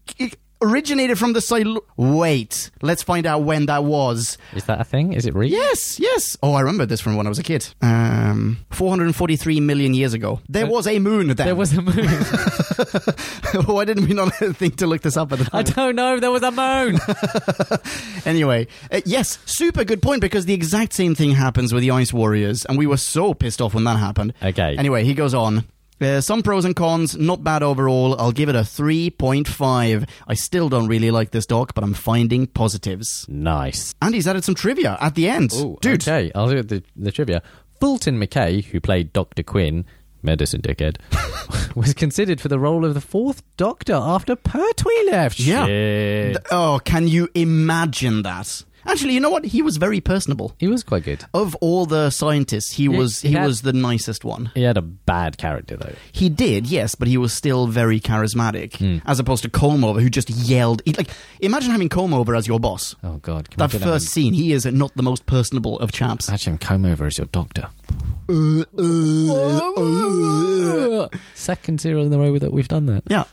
[SPEAKER 2] originated from the Sil. Wait, let's find out when that was.
[SPEAKER 1] is that a thing? Is it real?
[SPEAKER 2] Yes, yes. Oh, I remember this from when I was a kid. Um, 443 million years ago, there was a moon. Then
[SPEAKER 1] There was a moon.
[SPEAKER 2] Why didn't we not think to look this up at the time?
[SPEAKER 1] I don't know. There was a moon.
[SPEAKER 2] Anyway, uh, yes, super good point because the exact same thing happens with the Ice Warriors, and we were so pissed off when that happened.
[SPEAKER 1] Okay.
[SPEAKER 2] Anyway, he goes on. Uh, some pros and cons, not bad overall. I'll give it a 3.5. I still don't really like this doc, but I'm finding positives.
[SPEAKER 1] nice.
[SPEAKER 2] And he's added some trivia at the end. Dude,
[SPEAKER 1] Okay, I'll do the, the trivia. Fulton McKay, who played Dr. Quinn, medicine dickhead, was considered for the role of the fourth Doctor after Pertwee left.
[SPEAKER 2] Yeah.
[SPEAKER 1] Shit.
[SPEAKER 2] th- oh, can you imagine that? Actually, you know what? He was very personable.
[SPEAKER 1] he was quite good.
[SPEAKER 2] Of all the scientists, he was
[SPEAKER 1] he
[SPEAKER 2] he
[SPEAKER 1] had-
[SPEAKER 2] was the nicest one.
[SPEAKER 1] He had a bad character, though.
[SPEAKER 2] He did, yes, but he was still very charismatic, as opposed to Coleover, who just yelled. He, like, imagine having Coleover as your boss.
[SPEAKER 1] Oh, God. Can we
[SPEAKER 2] That
[SPEAKER 1] get
[SPEAKER 2] first scene, he is not the most personable of chaps. Uh,
[SPEAKER 1] him- Actually, I'm comb over as your doctor. Second serial in the row that we've done that.
[SPEAKER 2] Yeah.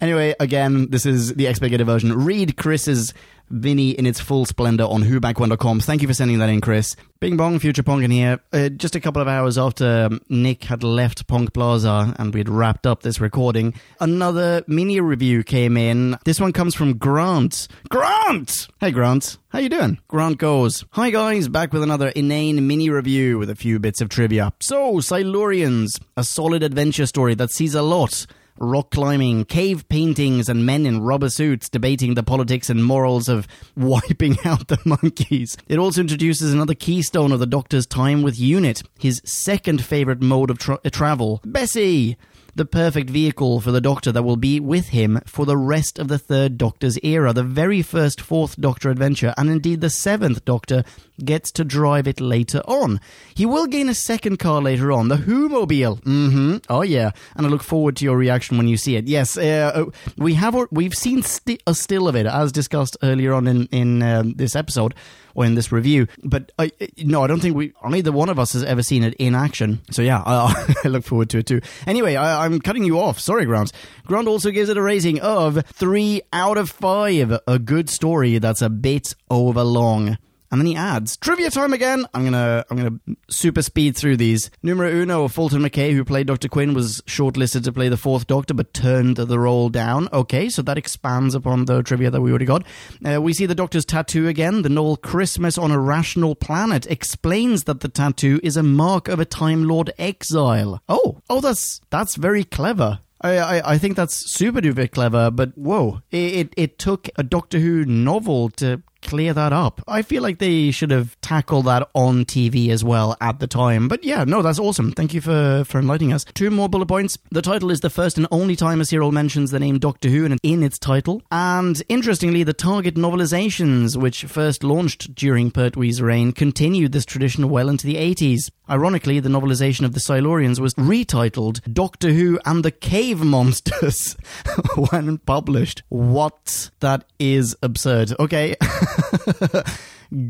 [SPEAKER 2] anyway, again, this is the expurgated version. Read Chris's Vinny in its full splendor on whobackwhen.com. Thank you for sending that in, Chris. Bing Bong, Future Pong in here. Uh, just a couple of hours after um, Nick had left Pong Plaza and we'd wrapped up this recording, another mini review came in. This one comes from Grant. Grant! Hey, Grant. How you doing? Grant goes, Hi guys, back with another inane mini review with a few bits of trivia. So, Silurians, a solid adventure story that sees a lot rock climbing, cave paintings, and men in rubber suits debating the politics and morals of wiping out the monkeys. It also introduces another keystone of the Doctor's time with UNIT, his second favorite mode of tra- travel Bessie! the perfect vehicle for the Doctor that will be with him for the rest of the Third Doctor's era. The very first Fourth Doctor adventure, and indeed the Seventh Doctor, gets to drive it later on. He will gain a second car later on, the Whomobile. Mm-hmm. Oh yeah, and I look forward to your reaction when you see it. Yes, uh, oh, we have al- we've seen sti- a still of it as discussed earlier on in in um, this episode or in this review. But I, no, I don't think we either one of us has ever seen it in action. So yeah, I, I look forward to it too. Anyway, I, I'm cutting you off. Sorry, Grant. Grant also gives it a rating of three out of five. A good story that's a bit overlong. And then he adds, "Trivia time again." I'm gonna, I'm gonna super speed through these. Numero uno, Fulton McKay, who played Doctor Quinn, was shortlisted to play the Fourth Doctor, but turned the role down. Okay, so that expands upon the trivia that we already got. Uh, we see the Doctor's tattoo again. The Noel Christmas on a rational planet explains that the tattoo is a mark of a Time Lord exile. Oh, oh, that's that's very clever. I, I, I think that's super duper clever, but whoa, it, it, it took a Doctor Who novel to clear that up. I feel like they should have tackled that on TV as well at the time. But yeah, no, that's awesome. Thank you for, for enlightening us. Two more bullet points. The title is the first and only time a serial mentions the name Doctor Who in, in its title. And interestingly, the Target novelizations, which first launched during Pertwee's reign, continued this tradition well into the 80s. Ironically, the novelization of the Silurians was retitled Doctor Who and the Cave Monsters when published. What? That is absurd. Okay.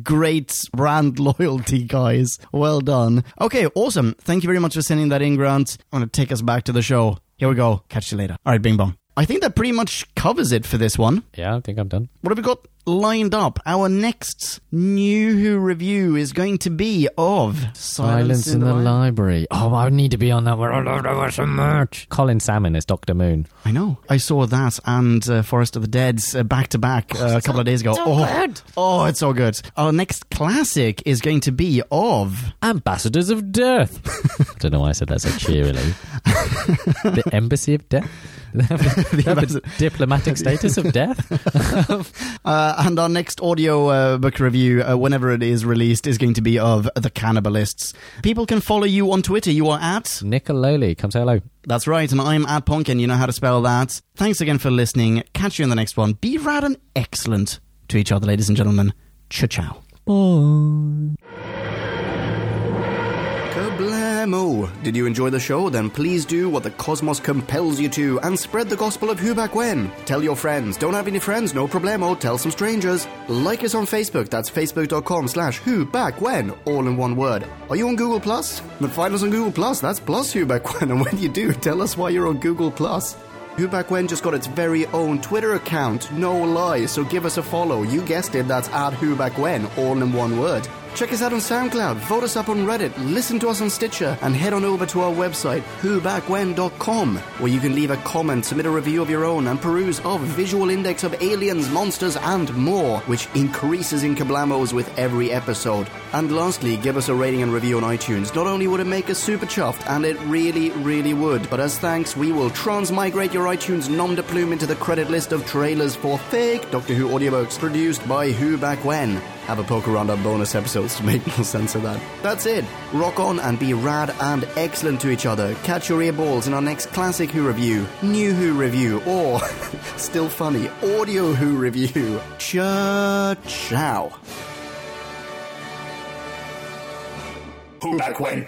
[SPEAKER 2] Great brand loyalty, guys. Well done. Okay, awesome. Thank you very much for sending that in, Grant. I'm going to take us back to the show. Here we go. Catch you later. All right, bing bong. I think that pretty much covers it for this one.
[SPEAKER 1] Yeah, I think I'm done.
[SPEAKER 2] What have we got lined up? Our next New Who review is going to be of
[SPEAKER 1] Silence
[SPEAKER 2] Silence,
[SPEAKER 1] in the
[SPEAKER 2] Li-
[SPEAKER 1] library. Oh, I need to be on that. We're all over so much. Colin Salmon is Doctor Moon.
[SPEAKER 2] I know. I saw that and uh, Forest of the Dead's uh, back to back uh, a couple of days ago. oh, oh, it's so good. Our next classic is going to be of
[SPEAKER 1] Ambassadors of Death. Don't know why I said that so cheerily. the Embassy of Death. They have a- they have a
[SPEAKER 2] ambassa-
[SPEAKER 1] diplomatic status of death.
[SPEAKER 2] Uh, and our next audio uh, book review, uh, whenever it is released, is going to be of The Cannibalists. People can follow you on Twitter. You are at.
[SPEAKER 1] Nicololi, come say hello.
[SPEAKER 2] That's right. And I'm at Ponkin. You know how to spell that. Thanks again for listening. Catch you in the next one. Be rad and excellent to each other, ladies and gentlemen. Ciao, ciao.
[SPEAKER 3] Kablamo! Did you enjoy the show? Then please do what the cosmos compels you to and spread the gospel of who back when. Tell your friends. Don't have any friends? No problemo. Tell some strangers. Like us on Facebook. That's facebook.com slash who back when. All in one word. Are you on Google Plus? Then find us on Google Plus. That's plus who back when. And when you do, tell us why you're on Google Plus. Who Back When just got its very own Twitter account, no lie, so give us a follow. You guessed it, that's at Who Back When, all in one word. Check us out on SoundCloud, vote us up on Reddit, listen to us on Stitcher, and head on over to our website, whobackwhen.com, where you can leave a comment, submit a review of your own, and peruse of visual index of aliens, monsters, and more, which increases in kablamos with every episode. And lastly, give us a rating and review on iTunes. Not only would it make us super chuffed, and it really, really would, but as thanks, we will transmigrate your iTunes nom de plume into the credit list of trailers for fake Doctor Who audiobooks produced by Who Back When. Have a poke around our bonus episodes to make no sense of that. That's it. Rock on and be rad and excellent to each other. Catch your ear balls in our next classic Who review, new Who review, or still funny, audio Who review. Cha ciao.
[SPEAKER 6] Who back when?